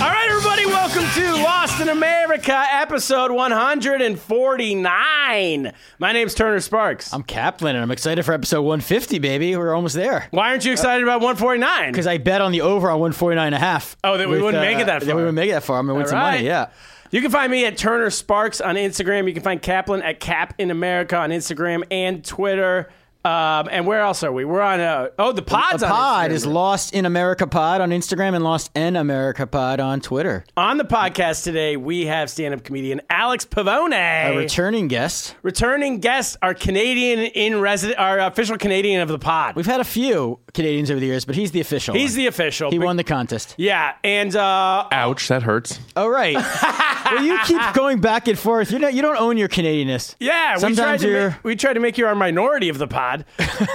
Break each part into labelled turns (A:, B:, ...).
A: All right, everybody, welcome to Lost in America, episode 149. My name's Turner Sparks.
B: I'm Kaplan, and I'm excited for episode 150, baby. We're almost there.
A: Why aren't you excited about 149?
B: Because I bet on the over on 149 and a half.
A: Oh, that we wouldn't make it that
B: That
A: far.
B: we wouldn't make it that far. I'm going to win
A: All
B: some
A: right.
B: money, yeah.
A: You can find me at Turner Sparks on Instagram. You can find Kaplan at Cap in America on Instagram and Twitter. Um, and where else are we? We're on uh, oh the pods
B: the
A: on
B: pod
A: Instagram.
B: is Lost in America Pod on Instagram and Lost in America Pod on Twitter.
A: on the podcast today. We have stand-up comedian Alex Pavone.
B: A returning guest.
A: Returning guest, our Canadian in resident, our official Canadian of the pod.
B: We've had a few Canadians over the years, but he's the official.
A: He's
B: one.
A: the official.
B: He won the contest.
A: Yeah, and uh,
C: Ouch, that hurts.
B: All right. well, you keep going back and forth. You're not, you don't own your Canadianness.
A: yeah, we tried,
B: Sometimes
A: to
B: you're-
A: make, we tried to make you our minority of the pod,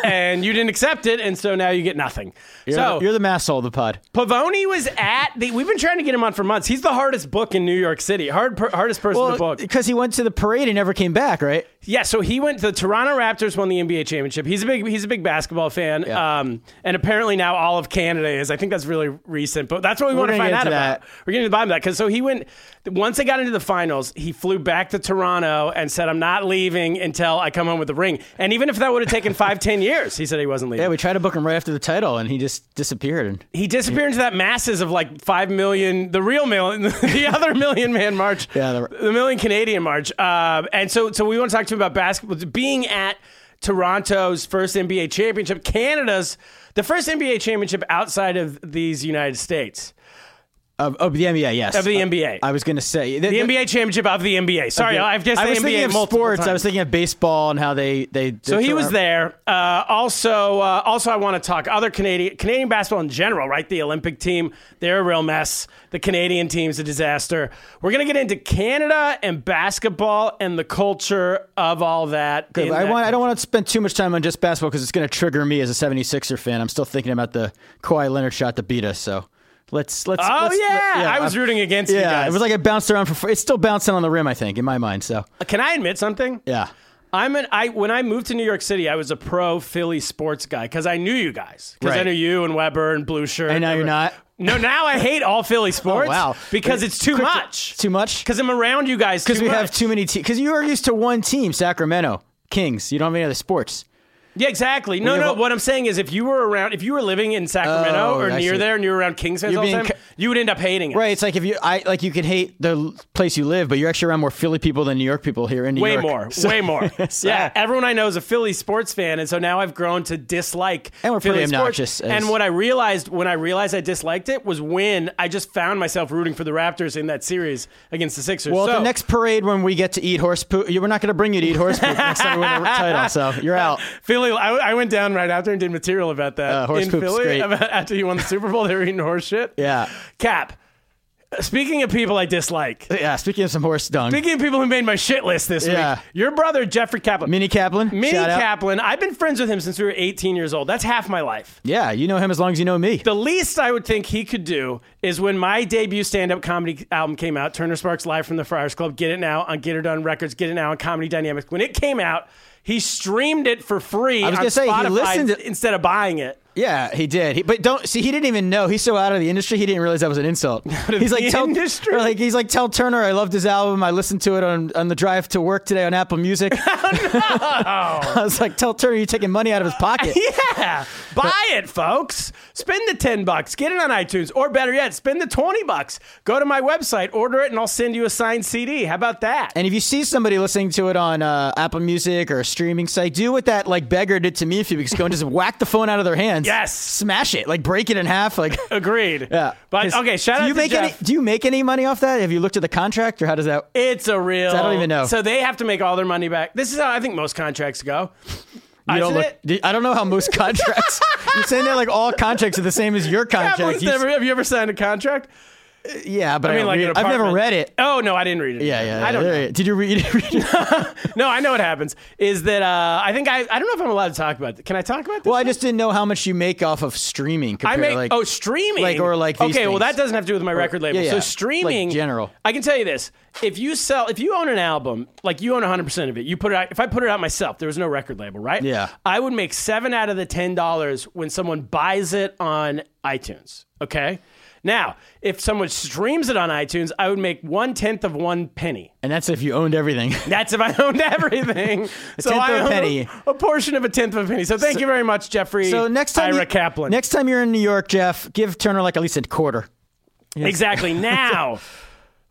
A: and you didn't accept it, and so now you get nothing.
B: You're,
A: so
B: you're the mass soul of the pod.
A: Pavone was at the. We've been trying to get him on for months. He's the hardest book in New York City. Hard per, hardest person to
B: Well,
A: book.
B: because he went to the parade and never came back, right?
A: Yeah, so he went. The Toronto Raptors won the NBA championship. He's a big. He's a big basketball fan.
B: Yeah.
A: Um, and apparently now all of Canada is. I think that's really recent, but that's what we want to
B: gonna
A: find
B: get
A: out
B: into
A: about.
B: that.
A: We're getting to the bottom of that because so he went. Once they got into the finals, he flew back to Toronto and said, "I'm not leaving until I come home with the ring." And even if that would have taken five, ten years, he said he wasn't leaving.
B: Yeah, we tried to book him right after the title, and he just disappeared. And
A: he disappeared into that masses of like five million, the real million, the other million man march,
B: Yeah, the-
A: the million Canadian march. Uh, and so, so we want to talk to him about basketball being at Toronto's first NBA championship, Canada's the first NBA championship outside of these United States
B: of, of the NBA, yes,
A: of the
B: I-
A: NBA.
B: I, was going to say
A: the NBA championship of the NBA. Sorry, I've guessed
B: I was
A: the
B: thinking
A: NBA
B: of
A: multiple
B: sports. I
A: times.
B: was thinking of baseball and how they they.
A: So he was there. Uh, also, uh, also, I want to talk other Canadian Canadian basketball in general, right? The Olympic team, they're a real mess. The Canadian team's a disaster. We're gonna get into Canada and basketball and the culture of all that.
B: I,
A: in that
B: want, I don't want to spend too much time on just basketball because it's going to trigger me as a 76er fan. I'm still thinking about the Kawhi Leonard shot to beat us. So let's let's.
A: Oh
B: let's-
A: yeah.
B: let-
A: I was
B: I'm-
A: rooting against
B: Yeah,
A: you guys.
B: it was like it bounced around for. It's still bouncing on the rim, I think, in my mind. So
A: Can I admit something?
B: yeah,
A: I'm an I when I moved to New York City, I was a pro Philly sports guy because I knew you guys because I
B: Right.
A: knew you and Weber and Blue Shirt.
B: and now you're
A: everyone.
B: not. Oh,
A: No, now I hate all Philly sports.
B: wow.
A: because it's too
B: Quick-
A: much.
B: Too much.
A: Because I'm around you guys.
B: Because
A: too
B: we
A: much.
B: have too many teams. Because you are used to one team, Sacramento Kings. You don't have any other sports.
A: Yeah, exactly. No,
B: have
A: no.
B: all-
A: what I'm saying is, if you were around, if you were living in Sacramento
B: Oh,
A: or
B: I
A: near
B: see.
A: there, and you were around Kings fans
B: You're
A: all the
B: being
A: time,
B: ca-
A: you would end up hating it.
B: Right. It's like if you, I like you could hate the l- place you live, but you're actually around more Philly people than New York people here in New
A: Way
B: York.
A: more,
B: So-
A: way more.
B: so-
A: yeah, everyone I know is a Philly sports fan, and so now I've grown to dislike.
B: And we're
A: Philly
B: pretty
A: sports.
B: obnoxious as-
A: And what I realized when I realized I disliked it was when I just found myself rooting for the Raptors in that series against the Sixers.
B: Well, at
A: so,
B: the next parade when we get to eat horse poop, you- we're not going to bring you to eat horse poop next time we win the title. So you're out.
A: Philly, I, I went down right after and did material about that
B: Uh, horse
A: in
B: poop's
A: Philly
B: great.
A: about after you won the Super Bowl. They were eating horse shit.
B: Yeah.
A: Cap. Speaking of people I dislike,
B: Yeah. Speaking of some horse dung,
A: Speaking of people who made my shit list this
B: Yeah.
A: week, your brother Jeffrey Kaplan,
B: Mini Kaplan.
A: Minnie
B: shout out.
A: Kaplan. I've been friends with him since we were 18 years old. That's half my life.
B: Yeah, you know him as long as you know me.
A: The least I would think he could do is when my debut stand-up comedy album came out, Turner Sparks Live from the Friars Club. Get it now on Get It Done Records. Get it now on Comedy Dynamics. When it came out, he streamed it for free.
B: I was
A: on
B: gonna say, he
A: Spotify
B: listened to-
A: instead of buying it.
B: Yeah, he did. He, but don't see. He didn't even know. He's so out of the industry. He didn't realize that was an insult. he's
A: the
B: like tell
A: industry?
B: or like he's like tell Turner I loved his album. I listened to it on on the drive to work today on Apple Music.
A: Oh,
B: I was like tell Turner you're taking money out of his pocket.
A: Yeah, buy it, folks. Spend the ten bucks, get it on iTunes, or better yet, spend the twenty bucks. Go to my website, order it, and I'll send you a signed CD. How about that?
B: And if you see somebody listening to it on uh, Apple Music or a streaming site, do what that like beggar did to me a few weeks ago and just whack the phone out of their hands.
A: Yes.
B: smash it, like break it in half, like.
A: Agreed.
B: Yeah,
A: But
B: 'Cause
A: okay, shout
B: do
A: out
B: you
A: to
B: make
A: Jeff.
B: Any, do you make any money off that? Have you looked at the contract, or how does that?
A: it's a real.
B: I don't even know.
A: So they have to make all their money back. This is how I think most contracts go.
B: You
A: Isn't
B: don't look.
A: it?
B: do- I don't know how most contracts. you're saying that like all contracts are the same as your
A: Kaplan's
B: contract. You-
A: never- have you ever signed a contract?
B: Yeah, but I
A: I mean, like an
B: don't read- I've never
A: apartment-
B: read it.
A: Oh no, I didn't read it.
B: Yeah, yeah.
A: I don't.
B: yeah,
A: know.
B: yeah. Did you read it?
A: No, I know what happens. Is that uh, I think I I don't know if I'm allowed to talk about. It. Can I talk about this?
B: well, I just didn't know how much you make off of streaming.
A: I
B: Compared,
A: make
B: like,
A: oh streaming
B: like- or like
A: okay
B: these
A: well
B: things.
A: that doesn't have to do with my record label
B: yeah, yeah.
A: so
B: Like
A: streaming
B: general.
A: I can tell you this if you sell if you own an album like you own 100 percent of it you put it out if I put it out myself there was no record label right
B: Yeah.
A: I would make seven out of the ten dollars when someone buys it on iTunes okay now if someone streams it on iTunes I would make one tenth of one penny
B: and that's if you owned everything.
A: that's if I owned everything. so
B: tenth
A: I
B: of a
A: own
B: penny.
A: a portion of a tenth of a penny. So thank you very much, Jeffrey.
B: so next time,
A: Ira
B: you,
A: Kaplan.
B: next time you're in New York, Jeff, give Turner like at least a quarter.
A: exactly now,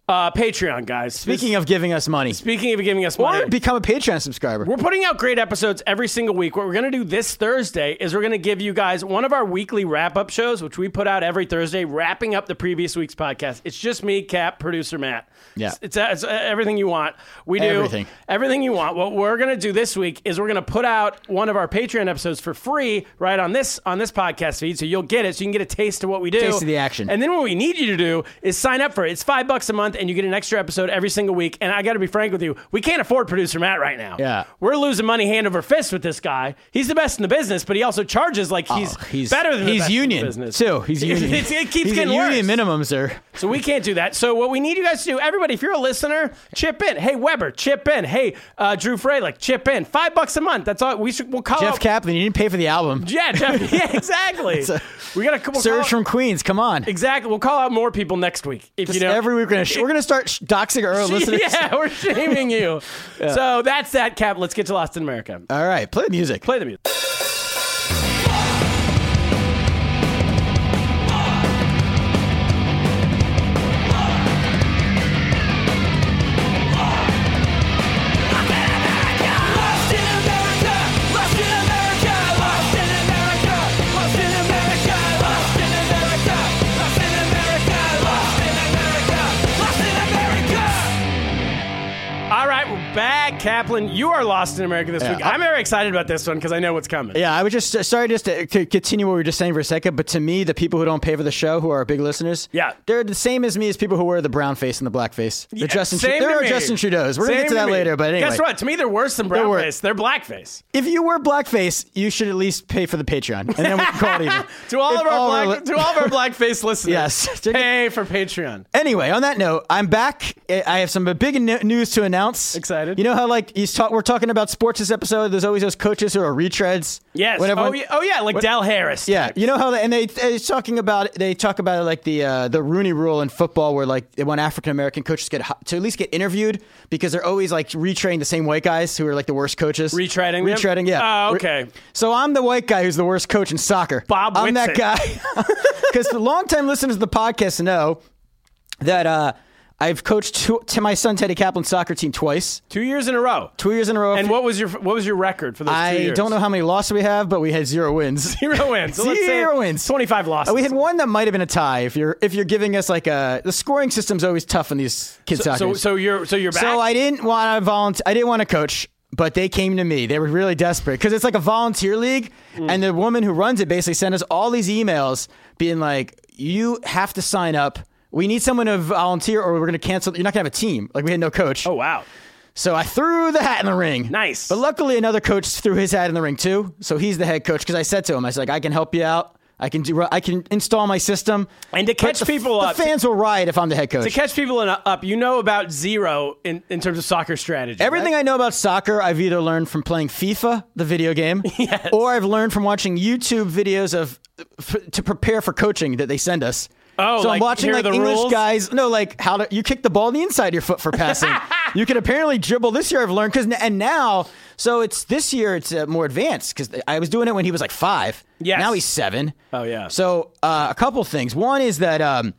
A: uh, Patreon guys.
B: Speaking of giving us money,
A: speaking of giving us
B: or
A: money,
B: become a Patreon subscriber.
A: we're putting out great episodes every single week. What we're going to do this Thursday is we're going to give you guys one of our weekly wrap up shows, which we put out every Thursday, wrapping up the previous week's podcast. It's just me, Cap, producer Matt.
B: Yeah.
A: It's, it's, it's everything you want. We do
B: Everything.
A: everything you want. What we're going to do this week is we're going to put out one of our Patreon episodes for free right on this on this podcast feed, so you'll get it, so you can get a taste of what we do,
B: Taste of the action.
A: And then what we need you to do is sign up for it. It's five bucks a month, and you get an extra episode every single week. And I got to be frank with you, we can't afford producer Matt right now.
B: Yeah.
A: we're losing money hand over fist with this guy. He's the best in the business, but he also charges like he's,
B: Oh, he's
A: better than the
B: he's
A: best in the
B: union
A: business
B: too. He's union.
A: It's- it keeps
B: he's
A: getting
B: a
A: worse.
B: union minimum, sir.
A: So we can't do that. So what we need you guys to do, everybody, if you're a listener, chip in. Hey Weber, chip in. Hey uh, Drew Freilich, chip in. Five bucks a month. That's all. We should. We'll call
B: Jeff
A: out-
B: Kaplan, you didn't pay for the album.
A: Yeah, Jeff. Yeah, exactly.
B: a-
A: we gotta we'll call
B: Surge
A: out-
B: from Queens, come on.
A: exactly. We'll call out more people next week. If
B: Just
A: you know
B: every week we're gonna sh- we're gonna start sh- doxing our own listeners.
A: Yeah, we're shaming you. So that's that cap. Let's get to Lost in America.
B: All right, play the music.
A: Play the music.
C: Lost in America, lost in America, lost in America, lost in America, lost in America, lost in America, lost in America, lost in America.
A: All right, we're back. Kaplan, you are Lost in America this
B: Yeah.
A: week. I'm very excited about this one because I know what's coming.
B: Yeah, I was just uh, sorry just to c- continue what we were just saying for a second, but to me, the people who don't pay for the show, who are big listeners,
A: Yeah.
B: they're the same as me as people who wear the brown face and the black face. They're Justin,
A: Same
B: there
A: to
B: are
A: me.
B: Justin Trudeau's. We're gonna
A: Same
B: get to that
A: me.
B: later, but anyway,
A: Guess what? To me, they're worse than brown
B: They're wor-
A: face. They're blackface.
B: if you wear blackface, you should at least pay for the Patreon, and then we can call it even.
A: To all
B: If
A: of our black,
B: li-
A: to all of our blackface listeners,
B: Yes.
A: pay for Patreon.
B: Anyway, on that note, I'm back. I I have some big n- news to announce.
A: Excited.
B: You know how like he's ta- we're talking about sports this episode. There's always those coaches who are retreads.
A: Yes.
B: When
A: oh,
B: everyone-
A: yeah, oh yeah, like Dal Harris.
B: Yeah, you know how they, and they they're talking about they talk about like the uh, the Rooney Rule in football, where like they want African American coaches to get hi- to at least get interviewed because they're always like retraining the same white guys who are like the worst coaches.
A: Retreading them?
B: retreading. Yeah.
A: Oh,
B: Re-
A: okay.
B: so I'm the white guy who's the worst coach in soccer.
A: Bob
B: I'm
A: Whitsick.
B: that guy because the longtime listeners of the podcast know that uh, I've coached two, to my son Teddy Kaplan's soccer team twice,
A: two years in a row.
B: two years in a row.
A: and what was your what was your record for those?
B: I
A: two years?
B: don't know how many losses we have, but we had zero wins.
A: Zero wins. So let's
B: Zero
A: say
B: wins.
A: Twenty-five losses.
B: Uh, We had one that might have been a tie. If you're if you're giving us like a the scoring system's always tough in these kids soccer.
A: So
B: games.
A: so you're so you're back.
B: So I didn't want to volunteer. I didn't want to coach, but they came to me. They were really desperate because it's like a volunteer league,
A: Mm.
B: and the woman who runs it basically sent us all these emails being like, "You have to sign up. We need someone to volunteer, or we're going to cancel. You're not going to have a team. Like we had no coach.
A: oh wow.
B: So I threw the hat in the ring.
A: Nice.
B: But luckily, another coach threw his hat in the ring too. So he's the head coach because I said to him, I was like, I can help you out. I can do. I can install my system.
A: And to
B: But
A: catch
B: the,
A: people
B: the
A: up-
B: fans will riot if I'm the head coach.
A: To catch people in, up, you know about zero in, in terms of soccer strategy.
B: Everything I know about soccer, I've either learned from playing FIFA, the video game, or I've learned from watching YouTube videos of f- to prepare for coaching that they send us.
A: Oh,
B: so
A: like,
B: I'm watching
A: here are
B: like
A: the
B: English
A: rules?
B: guys. No, like how to you kick the ball on the inside of your foot for passing. you can apparently dribble. This year I've learned because and now so it's this year it's uh, more advanced because I was doing it when he was like five.
A: Yes.
B: Now he's seven.
A: Oh, yeah.
B: So uh, a couple things. One is that um,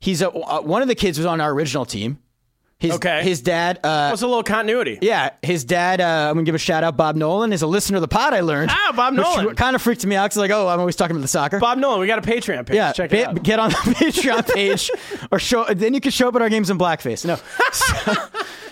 B: he's a, uh, one of the kids was on our original team. His,
A: Okay.
B: His dad. Uh,
A: What's a little continuity?
B: yeah, his dad. Uh, I'm gonna give a shout out. Bob Nolan is a listener of the pod. I learned.
A: Ah, Bob Nolan.
B: Kind of freaked me out. Cause like, oh, I'm always talking about the soccer.
A: Bob Nolan, we got a Patreon page.
B: yeah,
A: Check
B: ba-
A: it out.
B: get on the Patreon page, or show. Then you can show up at our games in blackface. No. So,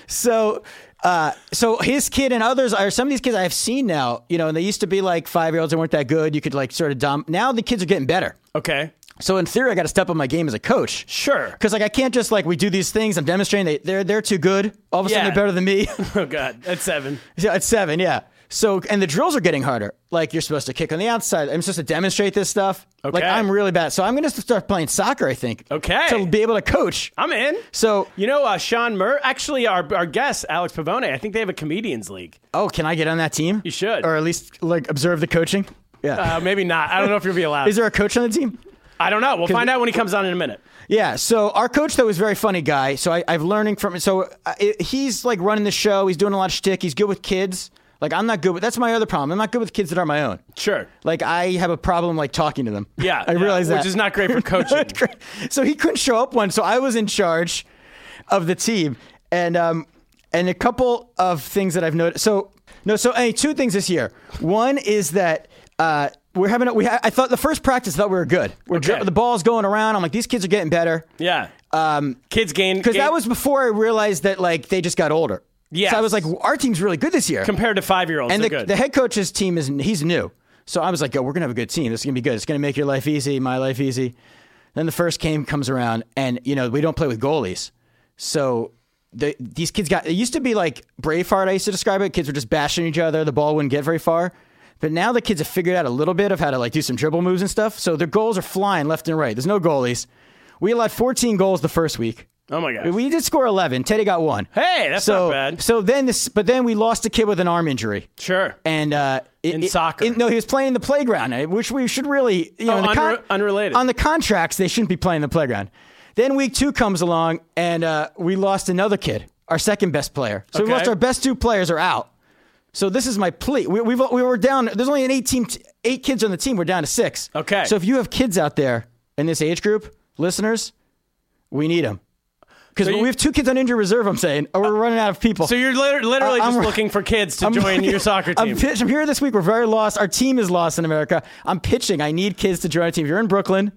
B: so, uh, so his kid and others are some of these kids I have seen now. You know, and they used to be like five year olds. They weren't that good. You could like sort of dumb. Now the kids are getting better.
A: Okay.
B: So in theory, I got to step up my game as a coach.
A: Sure.
B: Because like I can't just like we do these things. I'm demonstrating they they're they're too good. All of a
A: Yeah.
B: sudden they're better than me.
A: Oh God, at seven.
B: Yeah, it's seven, yeah. So and the drills are getting harder. Like you're supposed to kick on the outside. I'm supposed to demonstrate this stuff.
A: Okay.
B: Like I'm really bad. So I'm gonna start playing soccer, I think.
A: Okay.
B: To be able to coach.
A: I'm in.
B: So
A: You know, uh, Sean Mur. Actually, our our guest Alex Pavone. I think they have a comedians league.
B: oh, can I get on that team?
A: You should.
B: Or at least like observe the coaching. Yeah.
A: Uh, maybe not. I don't know if you'll be allowed.
B: Is there a coach on the team?
A: I don't know. We'll find out when he comes on in a minute.
B: Yeah. So our coach though is a very funny guy. So I, I've learning from so uh, it, he's like running the show. He's doing a lot of shtick. He's good with kids. Like I'm not good with. That's my other problem. I'm not good with kids that are my own.
A: Sure.
B: Like I have a problem like talking to them.
A: Yeah.
B: I
A: yeah,
B: realize that.
A: which is not great for coaching.
B: so he couldn't show up one. So I was in charge of the team, and um, and a couple of things that I've noticed. So no, so hey, two things this year. One is that uh, we're having a, we. Ha- I thought the first practice I thought we were good. We're
A: Okay.
B: dri- the ball's going around. I'm like these kids are getting better.
A: yeah. Um, Kids gain
B: Because
A: gain-
B: that was before I realized that like they just got older.
A: Yes.
B: So I was like, our team's really good this year.
A: compared to five year olds.
B: and
A: they're
B: the,
A: good.
B: the head coach's team is he's new. So I was like, oh, we're gonna have a good team. This is gonna be good. It's gonna make your life easy, my life easy. Then the first game comes around, and you know we don't play with goalies, so the, these kids got. It used to be like Braveheart. I used to describe it. Kids were just bashing each other. The ball wouldn't get very far. But now the kids have figured out a little bit of how to like do some dribble moves and stuff. So their goals are flying left and right. There's no goalies. We allowed 14 goals the first week.
A: oh my god.
B: We did score 11. Teddy got one.
A: Hey, that's
B: so,
A: not bad.
B: So then this, but then we lost a kid with an arm injury.
A: sure.
B: And uh, it-
A: In
B: it-
A: soccer.
B: it- no, he was playing the playground, eh, which we should really, you know,
A: Oh,
B: in the
A: unre- unrelated.
B: on the contracts they shouldn't be playing the playground. Then week two comes along, and uh, we lost another kid, our second best player. So
A: Okay.
B: we lost our best two players are out. So this is my plea. We, we've, we were down. There's only an eight team, eight kids on the team. We're down to six.
A: Okay.
B: So if you have kids out there in this age group, listeners, we need them because
A: So you- Uh,
B: we have two kids on injured reserve. I'm saying, or we're running out of people.
A: so you're liter- literally
B: I- I'm
A: just
B: r-
A: looking for kids to join your soccer
B: I'm
A: team.
B: pitch- I'm here this week. We're very lost. Our team is lost in America. I'm pitching. I need kids to join our team. If you're in Brooklyn,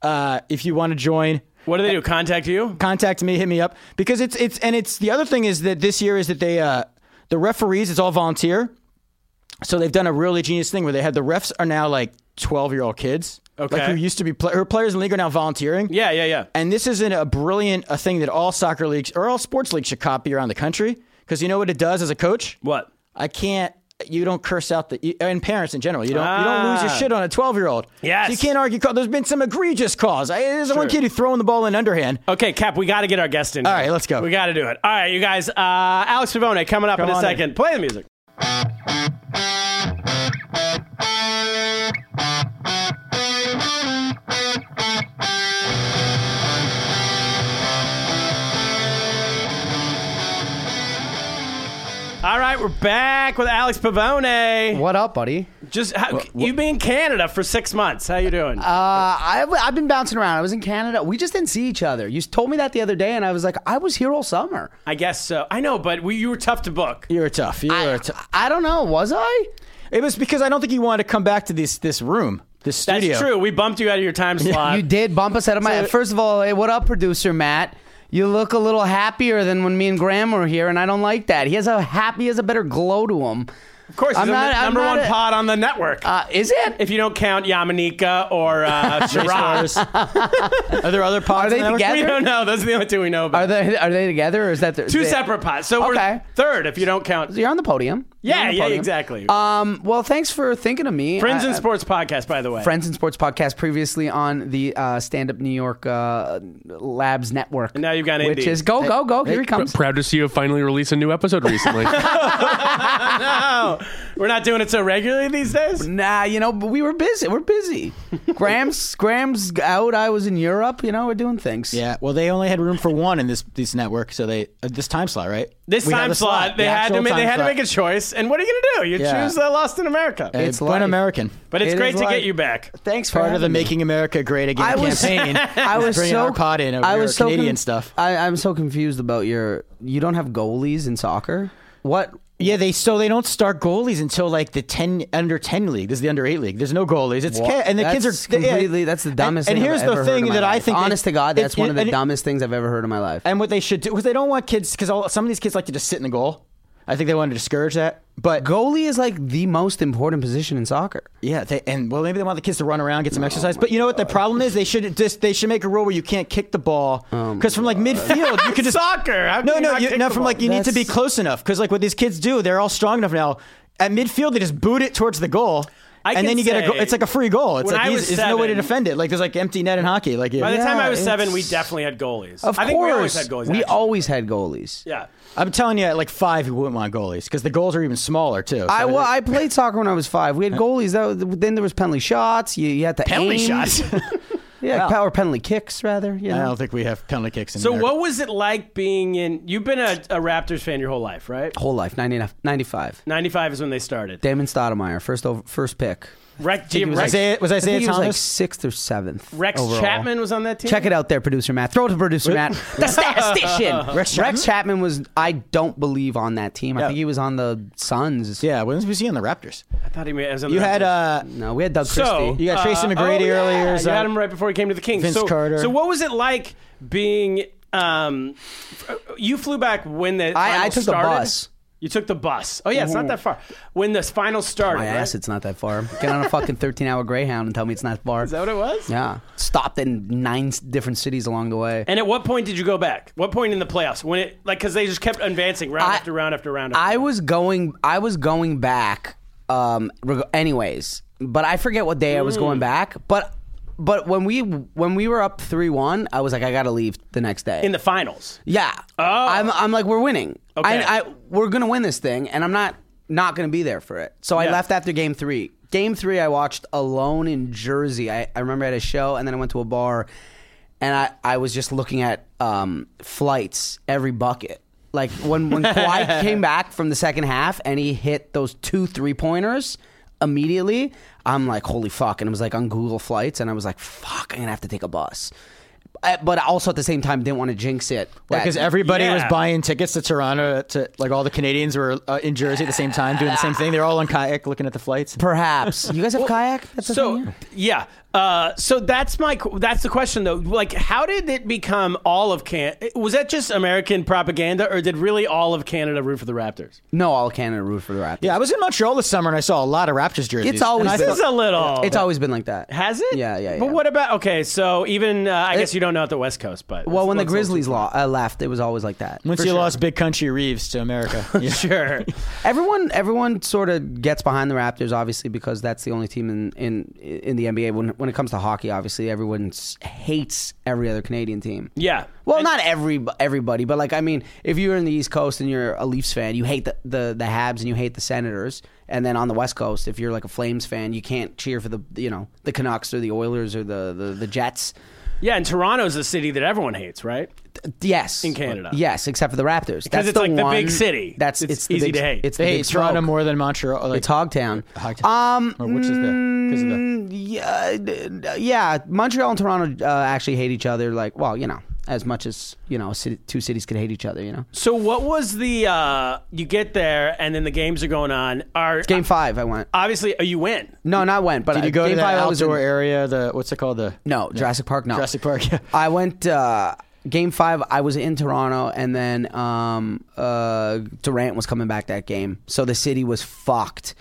B: uh, if you want to join,
A: what do they do? Contact you?
B: contact me, hit me up. Because it's it's and it's the other thing is that this year is that they uh, the referees it's all volunteer. So they've done a really genius thing where they had the refs are now like 12 year old kids,
A: Okay.
B: like who used to be play- or players in the league are now volunteering.
A: Yeah, yeah, yeah.
B: And this isn't a brilliant a thing that all soccer leagues or all sports leagues should copy around the country. Because you know what it does as a coach?
A: What?
B: I can't. You don't curse out the you- and parents in general. You don't. You don't lose your
A: Ah.
B: shit on a twelve year old.
A: Yes.
B: you can't argue. Call. There's been some egregious calls. I, there's one kid who throwing the ball in underhand.
A: Okay, Cap, we got to get our guest in.
B: All
A: here.
B: right, let's go.
A: We got to do it. All right, you guys. Uh, Alex Pavone coming up
B: Come
A: in a
B: on
A: second. Play the music. All right, we're back with Alex Pavone.
D: What up, buddy?
A: Just how, you've been in Canada for six months. How you doing?
D: Uh, I've, I've been bouncing around. I was in Canada. We just didn't see each other. You told me that the other day, and I was like, I was here all summer.
A: I guess so. I know, but we, you were tough to book.
B: You were tough. You
D: I,
B: were tough.
D: I don't know. Was I?
B: It was because I don't think you wanted to come back to this this room, this
A: That's
B: studio.
A: true. We bumped you out of your time slot.
D: You did bump us out of my.
A: So-
D: first of all, hey, what up, producer Matt? You look a little happier than when me and Graham were here, and I don't like that. He has a happy, he has a better glow to him.
A: Of course,
D: I'm
A: he's on
D: not-
A: the
D: I'm
A: number
D: not
A: one
D: a-
A: pod on the network.
D: Uh, is it?
A: if you don't count Yamanika or uh, Shiraz,
B: Stars. Are there other pods?
D: Are they
B: in the network?
D: together?
A: we don't know. Those are the only two we know about.
D: are they are they together, or is that the,
A: two
D: they-
A: separate pods? So we're
D: Okay.
A: third if you don't count.
D: You're on the podium. You're on
A: Yeah,
D: the
A: yeah,
D: podium.
A: exactly.
D: Um, well, thanks for thinking of me.
A: Friends
D: I-
A: and
D: I-
A: Sports podcast, by the way.
D: Friends and Sports podcast previously on the uh, Stand Up New York uh, Labs Network. And
A: now you've got
D: which
A: Indeed.
D: is go go go. Here he
E: Pr-
D: comes.
E: proud to see you finally release a new episode recently.
A: no, we're not doing it so regularly these days.
D: Nah, you know, but we were busy. We're busy. Graham's Graham's out. I was in Europe. You know, we're doing things.
B: Yeah. Well, they only had room for one in this this network, so they uh, this time slot, right?
A: This
B: We had
A: time
B: the
A: slot, they
B: the
A: had to
B: actual
A: make, they
B: time
A: had to
B: slot.
A: make a choice. And what are you going to do? You
B: Yeah.
A: choose uh, Lost in America.
B: Hey,
D: It's
B: born
D: life.
B: American.
A: but it's
D: it
A: great
D: is
A: to
D: like-
A: get you back.
D: Thanks for
B: Part of the
D: having me.
B: Making America Great Again
D: I was-
B: campaign.
D: I was
B: bringing
D: so
B: our pod in over
D: I
B: here,
D: was so
B: Canadian
D: con-
B: stuff.
D: I, I'm so confused about your. You don't have goalies in soccer. What?
B: Yeah, they so they don't start goalies until like the ten under ten league. This is the under eight league. There's no goalies. It's
D: What?
B: ca- and the
D: That's
B: kids are yeah.
D: completely. that's the dumbest.
B: And,
D: thing
B: and here's
D: I've ever
B: the
D: heard in
B: thing
D: my
B: that I
D: life.
B: think,
D: honest
B: they-
D: to God, that's
B: it's-
D: one of the
B: and it-
D: dumbest things I've ever heard in my life.
B: And what they should do is they don't want kids because some of these kids like to just sit in the goal. I think they want to discourage that. But
D: Goalie is like the most important position in soccer.
B: yeah, they, and well, maybe they want the kids to run around, get some exercise. But you know what? The problem is they should just they should make a rule where you can't kick the ball
D: Oh
B: because from like midfield you can just
A: Soccer. How can
B: no
A: you
B: no
A: not
B: you,
A: kick
B: no
A: the
B: from
A: ball?
B: like you need to be
D: That's-
B: close enough because like what these kids do they're all strong enough now at midfield they just boot it towards the goal.
A: I
B: and then
A: can
B: you get a goal.
A: say-
B: It's like a free goal. It's
A: when
B: like
A: I
B: easy,
A: was
B: there's no way to
A: seven-
B: defend it. Like there's like empty net in hockey. Like
A: By the time I
D: Yeah,
A: was seven, we
D: it's-
A: definitely had goalies.
D: Of
A: I
D: course,
A: think we always had goalies.
D: We
A: actually.
D: always had goalies.
A: yeah.
B: I'm telling you, at like five, you wouldn't want goalies because the goals are even smaller too. So
D: I, well,
B: it-
D: I played soccer when I was five. We had goalies. That was, then there was penalty shots. You, you had to
B: Penalty
D: aim.
B: shots?
D: yeah,
B: Wow.
D: power penalty kicks rather. You
B: I
D: know?
B: don't think we have penalty kicks in
A: So
B: America.
A: what was it like being in? You've been a, a Raptors fan your whole life, right?
D: whole life 99 95.
A: 95 is when they started.
D: Damon Stoudemire, first over, first pick.
A: Rec,
D: He
A: Jim,
D: was
A: Rex,
B: Isaiah- was
D: I think
B: Isaiah
D: he was like
B: Thomas?
D: sixth or seventh.
A: Rex
D: overall.
A: Chapman was on that team?
D: Check it out there, producer Matt. Throw it to producer Matt. The statistician.
B: Rex Chapman?
D: was, I don't believe, on that team. I
B: Yeah.
D: think he was on the Suns.
B: Yeah, when was he on the Raptors?
A: I thought he was on the
B: You
A: Raptors.
B: had uh,
D: No, we had Doug Christie.
A: so uh, oh,
B: You got Tracy McGrady
A: yeah,
B: earlier,
A: You
B: so-
A: had him right before he came to the Kings.
B: Vince
A: so,
B: Carter.
A: So what was it like being? Um, you flew back when the
D: I
A: finals
D: took the
A: started?
D: bus.
A: You took the bus. Oh yeah, it's not that far. When the final started,
D: My
A: right?
D: ass, it's not that far. Get on a fucking 13 hour Greyhound and tell me it's not far.
A: is that what it was?
D: Yeah. Stopped in nine s- different cities along the way.
A: And at what point did you go back? What point in the playoffs? When it like because they just kept advancing round
D: I-
A: after round after round. After
D: I
A: round.
D: was going. I was going back. Um. reg- Anyways, but I forget what day I was
A: Mm.
D: going back. But but when we when we were up three one, I was like, I gotta leave the next day.
A: in the finals.
D: yeah. Oh. I'm I'm like, we're winning.
A: Okay.
D: I, I we're gonna win this thing, and I'm not not gonna be there for it. So I
A: Yeah.
D: left after game three. Game three, I watched Alone in Jersey. I, I remember I had a show, and then I went to a bar, and I, I was just looking at um, flights every bucket. Like when when Kawhi came back from the second half and he hit those two three pointers immediately, I'm like, holy fuck! And it was like on Google Flights, and I was like, fuck, I'm gonna have to take a bus. I, but also at the same time, didn't want to jinx it.
B: because
D: that-
B: uh, everybody was
A: yeah.
B: buying tickets to Toronto. To like all the Canadians were uh, in Jersey at the same time doing the same thing. They're all on kayak looking at the flights.
D: Perhaps you guys have kayak. That's a
A: So
D: thing?
A: yeah, uh, so that's my qu- that's the question though. Like, how did it become all of Can? Was that just American propaganda, or did really all of Canada root for the Raptors?
D: no, all Canada root for the Raptors.
B: Yeah, I was in Montreal this summer and I saw a lot of Raptors jerseys.
D: It's always
B: And I
D: the-
A: This is a little.
D: it's always been like that.
A: has it.
D: Yeah, yeah. yeah.
A: But what about okay? So even uh, I guess you don't know at the West Coast, but
D: Well, when the
A: let's- let's-
D: Grizzlies lo- uh, left, it was always like that.
B: once
D: For
B: you
D: sure.
B: lost Big Country Reeves to America, yeah.
A: sure.
D: everyone, everyone sort of gets behind the Raptors, obviously, because that's the only team in in, in the NBA. When when it comes to hockey, obviously, everyone s- hates every other Canadian team.
A: Yeah.
D: Well, not every everybody, but like I mean, if you're in the East Coast and you're a Leafs fan, you hate the, the the Habs and you hate the Senators, and then on the West Coast, if you're like a Flames fan, you can't cheer for the you know the Canucks or the Oilers or the the, the Jets.
A: Yeah, and Toronto's a city that everyone hates, right?
D: Yes, in
A: Canada.
D: Yes, except for the Raptors. That's
A: it's
D: the
A: like the big
D: one-
A: city.
D: That's
A: It's
D: it's, the
A: easy
D: big-
A: to hate.
D: It's the
B: they hate
D: big
B: Toronto
D: stroke.
B: more than Montreal. Like,
D: It's Mm, Hogtown.
B: Hogtown. Or which is the, 'cause of the
D: Yeah, d- d- Uh, yeah. Montreal and Toronto uh, actually hate each other. Like, well, you know, as much as you know, city, two cities could hate each other. You know,
A: So what was the uh, you get there and then the games are going on? Are
D: game five, I went.
A: obviously uh, you win?
D: No, not went. But
B: Did you go
D: game
B: to that
D: five, I was in-
B: outdoor area? The what's it called? The
D: No, Jurassic Park. No,
B: Jurassic Park, yeah.
D: I went uh, game five. I was in Toronto, and then um, uh, Durant was coming back that game, so the city was fucked.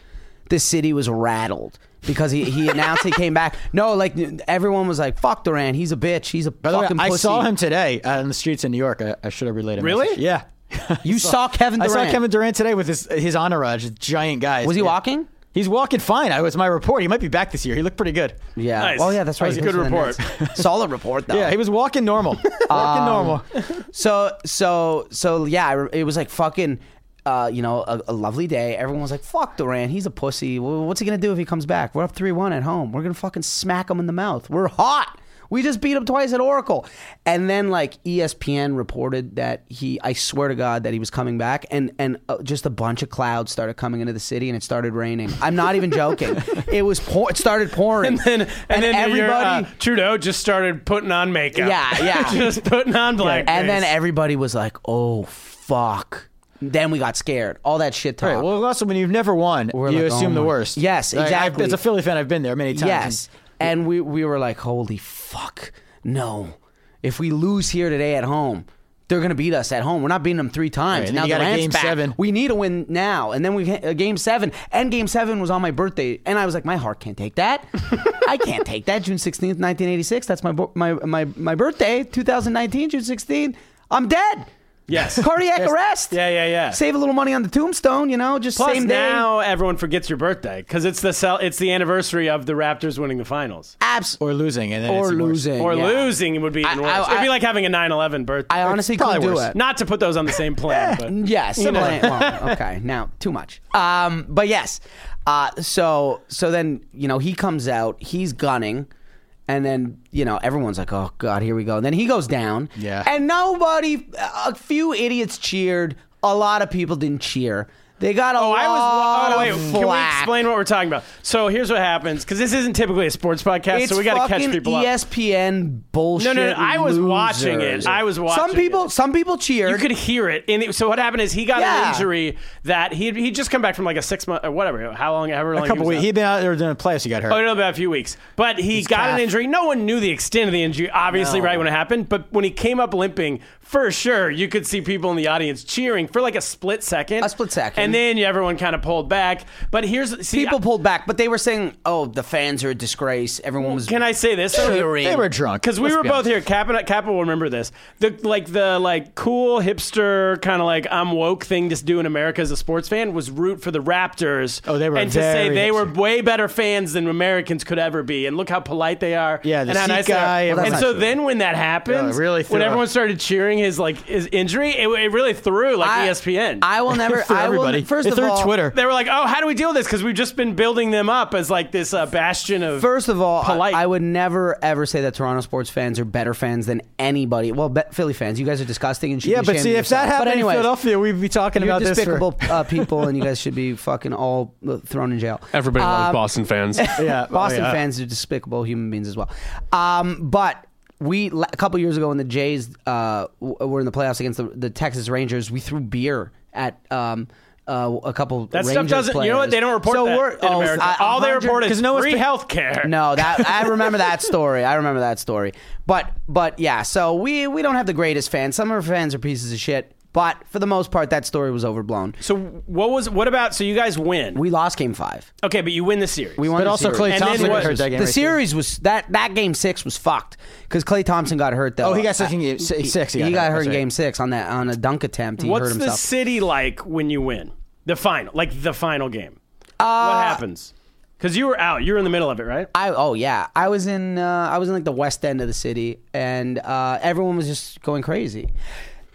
D: The city was rattled because he, he announced he came back. No, like everyone was like, "Fuck Durant, he's a bitch, he's a
B: By the way,
D: fucking
B: I
D: pussy."
B: saw him today uh, on the streets in New York. I, I should have relayed him.
A: Really?
B: Yeah.
D: You saw Kevin
B: I
D: Durant.
B: saw Kevin Durant today with his his entourage, his giant guys.
D: Was he
B: Yeah.
D: walking?
B: He's walking fine. I was my report. He might be back this year. He looked pretty good.
D: Yeah.
A: Nice.
D: Oh yeah, that's
A: That was
D: right. he
A: a
D: plays
A: good
D: for the
A: report.
D: Nets. Solid report though.
B: Yeah, he was walking normal. walking
D: Um,
B: normal.
D: So so so yeah, I re- it was like fucking. Uh, you know, a, a lovely day. Everyone was like, "Fuck Durant, he's a pussy. W- What's he gonna do if he comes back? We're up three one at home. We're gonna fucking smack him in the mouth. We're hot. We just beat him twice at Oracle." And then like E ESPN reported that he, I swear to God, that he was coming back, and and uh, just a bunch of clouds started coming into the city, and it started raining. I'm not even joking. it was pour. It started pouring,
A: And then, and then your, uh, Trudeau just started putting on makeup.
D: Yeah, yeah.
A: just putting on black.
D: And then everybody was like, "Oh fuck!" Then we got scared. All that shit talk.
B: All right. Well, also when you've never won, you
D: like,
B: assume
D: oh
B: the
D: my-
B: worst.
D: Yes,
B: Like, I've-
D: exactly.
B: as a Philly fan, I've been there many times.
D: yes, and we we were like, "Holy fuck! No! If we lose here today at home, they're going to beat us at home. We're not beating them three times.
B: Right, and
D: now
B: then you got a
D: Durant's
B: game
D: back.
B: seven.
D: We need a win now, and then we ha- a game seven, and game seven was on my birthday, and I was like, my heart can't take that. I can't take that. June sixteenth, nineteen eighty six. That's my bo- my my my birthday, two thousand nineteen, June sixteenth. I'm dead.
A: Yes.
D: Cardiac arrest.
A: Yeah, yeah, yeah.
D: Save a little money on the tombstone, you know, just
A: Plus
D: same day.
A: now everyone forgets your birthday because it's the cel- it's the anniversary of the Raptors winning the finals
D: Abs-
B: or losing, and then
D: or
B: it's even worse.
D: losing.
A: or
D: Uh, yeah.
A: losing would be even
D: I-
A: worse.
D: I-
A: It'd be
D: I-
A: like having a 9/11 birthday.
D: I honestly couldn't do
B: worse.
D: it.
A: Not to put those on the same plan, but
D: Mm, Yeah, similar. well, okay, now too much. Um, but yes. Uh, so so then you know he comes out, he's gunning, and then you know everyone's like, oh god, here we go. And then he goes down.
B: Yeah.
D: And nobody, a few idiots cheered. A lot of people didn't cheer. They got a
A: Oh,
D: lot
A: I was. Oh, no,
D: of
A: wait. Can we
D: flack.
A: explain what we're talking about? So here's what happens because this isn't typically a sports podcast,
D: It's
A: so we got to catch
D: fucking E
A: people up.
D: ESPN bullshit.
A: No, no, no, I was watching
D: losers.
A: it. I was watching
D: Some people,
A: it.
D: some people cheered.
A: You could hear it. And it- so what happened is he got
D: Yeah.
A: an injury that he he just come back from like a six month or whatever, how long, however long.
B: A couple
A: he was
B: weeks.
A: out.
B: He'd been out there doing the playoffs. He got hurt.
A: Oh, no, about a few weeks. But he got
D: calf.
A: an injury. No one knew the extent of the injury, obviously, right when it happened. But when he came up limping, for sure, you could see people in the audience cheering for like a split second.
D: A split second.
A: And then everyone kind of pulled back. But here's see,
D: people
A: I-
D: pulled back, but they were saying, "Oh, the fans are a disgrace." Everyone was.
A: Can I say this? though?
D: Cheering.
B: They were drunk
A: Because we
B: Let's
A: were
B: be
A: both
B: honest.
A: here. Kappa, Kappa will remember this. The like the like cool hipster kind of like I'm woke thing to do in America as a sports fan was root for the Raptors.
B: Oh, they were
A: and to say
B: very
A: they were
B: hipster.
A: way better fans than Americans could ever be. And look how polite they are.
B: Yeah, the
A: and how
B: Sikh
A: they are.
B: guy, Well,
D: that's
A: and
D: not
A: so
D: true.
A: then when that happened,
B: Yeah, it really
A: when
B: threw
A: everyone
B: a-
A: started cheering his like his injury, it, it really threw like E
D: I-
A: ESPN.
D: I will never.
B: for
D: I will,
B: everybody.
D: First
B: It's
D: of
B: through
D: all,
B: Twitter.
A: they were like, "Oh, how do we deal with this?" Because we've just been building them up as like this uh, bastion of
D: First of all, I-
A: polite.
D: I, would never ever say that Toronto sports fans are better fans than anybody. Well, be- Philly fans, you guys are disgusting and should
B: Yeah,
D: be
B: but
D: ashamed
B: see,
D: of
B: if that
D: yourself.
B: happened
D: but anyways,
B: in Philadelphia, we'd be talking
D: you're
B: about this.
D: despicable
B: For,
D: uh, people, and you guys should be fucking all uh, thrown in jail.
E: Everybody loves
D: Um,
E: Boston fans.
B: yeah,
D: Boston
B: oh, yeah.
D: fans are despicable human beings as well. Um, but we la- a couple years ago when the Jays uh, w- were in the playoffs against the, the Texas Rangers, we threw beer at um, uh, a couple.
A: That
D: Rangers
A: stuff doesn't. You know what?
D: players.
A: They don't report
D: so
A: that
D: we're,
A: in
D: oh,
A: America.
D: I-
A: All they
D: 100
A: report is
B: no one's
A: free
B: pay-
A: health care.
D: No, that I remember that story. I remember that story. But but yeah, so we we don't have the greatest fans. Some of our fans are pieces of shit. But for the most part, that story was overblown.
A: So what was what about? So you guys win.
D: We lost Game Five.
A: okay, but you win the series.
D: We won.
B: But
D: the
B: also
D: series.
B: Clay
A: And then
B: Thompson
A: what-
B: got hurt that game.
D: The
B: right, too.
D: series was that that game six was fucked because Clay Thompson got hurt though. Uh,
B: Oh, he got sick in game si- six.
D: He, got hurt in
B: that's right.
D: game six on that on a dunk attempt. He hurt
A: What's the
D: himself.
A: city like when you win the final? Like the final game. what happens? Because you were out. You were in the middle of it, right?
D: Uh, I oh yeah, I was in uh, I was in like the west end of the city, and uh, everyone was just going crazy.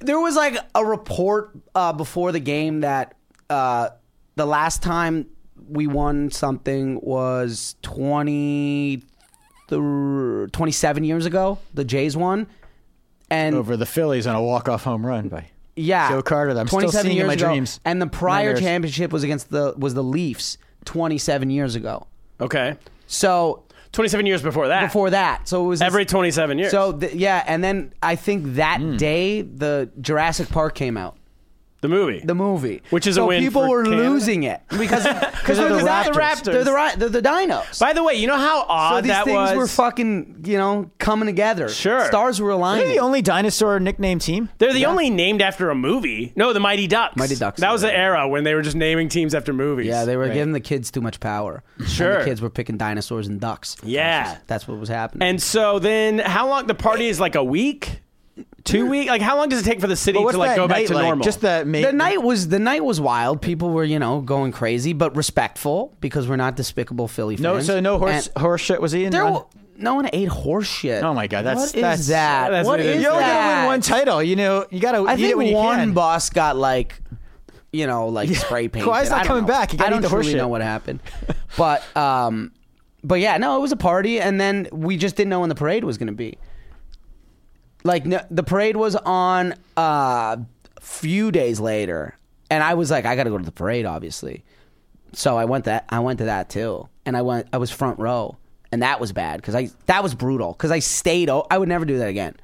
D: There was like a report uh, before the game that uh, the last time we won something was 20, thir- 27 years ago. The Jays won, and
B: over the Phillies on a walk-off home run by
D: Yeah,
B: Joe Carter. that I'm still
D: 27
B: seeing in
D: years
B: my
D: ago.
B: dreams.
D: And the prior
B: Nightmares.
D: championship was against the was the Leafs 27 years ago.
A: Okay.
D: So
A: Twenty-seven years before that.
D: before that, so it was this-
A: every twenty-seven years.
D: So th- yeah, and then I think that
B: Hmm.
D: day the Jurassic Park came out.
A: the movie.
D: The movie,
A: Which is a
D: so
A: win
D: people
A: for
D: were
A: Canada.
D: losing it because because
A: they're
D: they're,
A: the
D: the
A: Raptors.
D: They're the Ra- they're the Dinos.
A: By the way, you know how odd
D: so these
A: that
D: things
A: was.
D: were fucking you know coming together.
A: Sure.
D: stars were
B: Are
D: aligning.
B: they the only dinosaur nickname team?
A: They're the only named after a movie. No, the Mighty Ducks.
D: Mighty Ducks.
A: That was the era when they were just naming teams after movies.
D: yeah, they were giving the kids too much power. And
A: Sure.
D: the kids were picking dinosaurs and ducks.
A: Yeah.
D: that's what was happening.
A: And so then, how long the party is like a week, two week? Like how long does it take for the city
B: But what's
A: to like
B: that
A: go back
B: night
A: to
B: like?
A: normal?
B: Just that ma-
D: the night was the night was wild. People were you know going crazy, but respectful because we're not despicable Philly fans.
B: No, so no horse
D: And
B: horse shit was he in?
D: there,
B: on-
D: wa- no one ate horse shit.
B: Oh my God, that's-
D: What is
B: that's-
D: that?
A: that's
D: what
A: what it
D: is
A: is.
B: you only
D: that?
B: gotta win one title. You know, you gotta.
D: I
B: eat it
D: think
B: when you
D: one
B: can.
D: boss got like, you know, like spray painted.
B: Kawhi's not
D: I don't
B: coming
D: know.
B: back. He gotta
D: I
B: eat
D: don't
B: the horse
D: really
B: shit.
D: know what happened, but um, but yeah, no, it was a party, and then we just didn't know when the parade was going to be. Like no, the parade was on a uh, few days later, and I was like, I got to go to the parade, obviously. So I went that I went to that too, and I went I was front row, and that was bad because I that was brutal because I stayed. O- I would never do that again.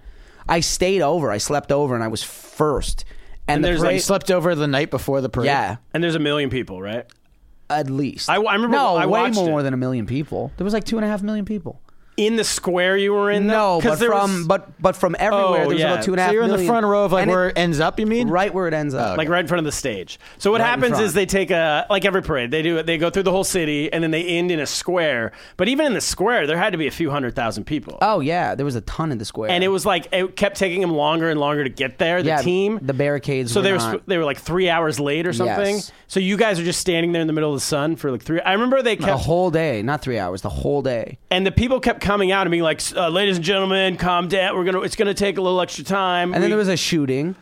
D: I stayed over. I slept over, and I was first. And,
A: And
D: the
A: there's,
B: Like
A: Right.
B: he
D: parade,
B: slept over the night before the parade.
D: yeah,
A: and there's a million people, right?
D: at least
A: I- I remember-
D: No,
A: I
D: way
A: watched
D: more
A: it.
D: than a million people. There was like two and a half million people.
A: in the square you were in? though?
D: No,
A: 'Cause
D: but
A: there was-
D: from but but from everywhere
A: Oh,
D: there was
A: yeah.
D: about two and a
A: So
D: half
B: you're in the
D: million.
B: front row of like
D: And it-
B: where it ends up. You mean
D: right where it ends up.
A: like right in front of the stage. So what
D: Right in
A: happens
D: front.
A: is they take a like every parade they do they go through the whole city and then they end in a square. But even in the square, there had to be a few hundred thousand people.
D: oh yeah, there was a ton in the square.
A: and it was like it kept taking them longer and longer to get there. The
D: yeah,
A: team,
D: the barricades.
A: so
D: were
A: they were
D: not-
A: sp- they were like three hours late or something.
D: Yes.
A: So you guys are just standing there in the middle of the sun for like three. I remember they
D: the
A: kept
D: whole day, not three hours, the whole day.
A: and the people kept coming out and being like, uh, "Ladies and gentlemen, calm down. We're gonna it's gonna take a little extra time."
D: And
A: We-
D: then there was a shooting.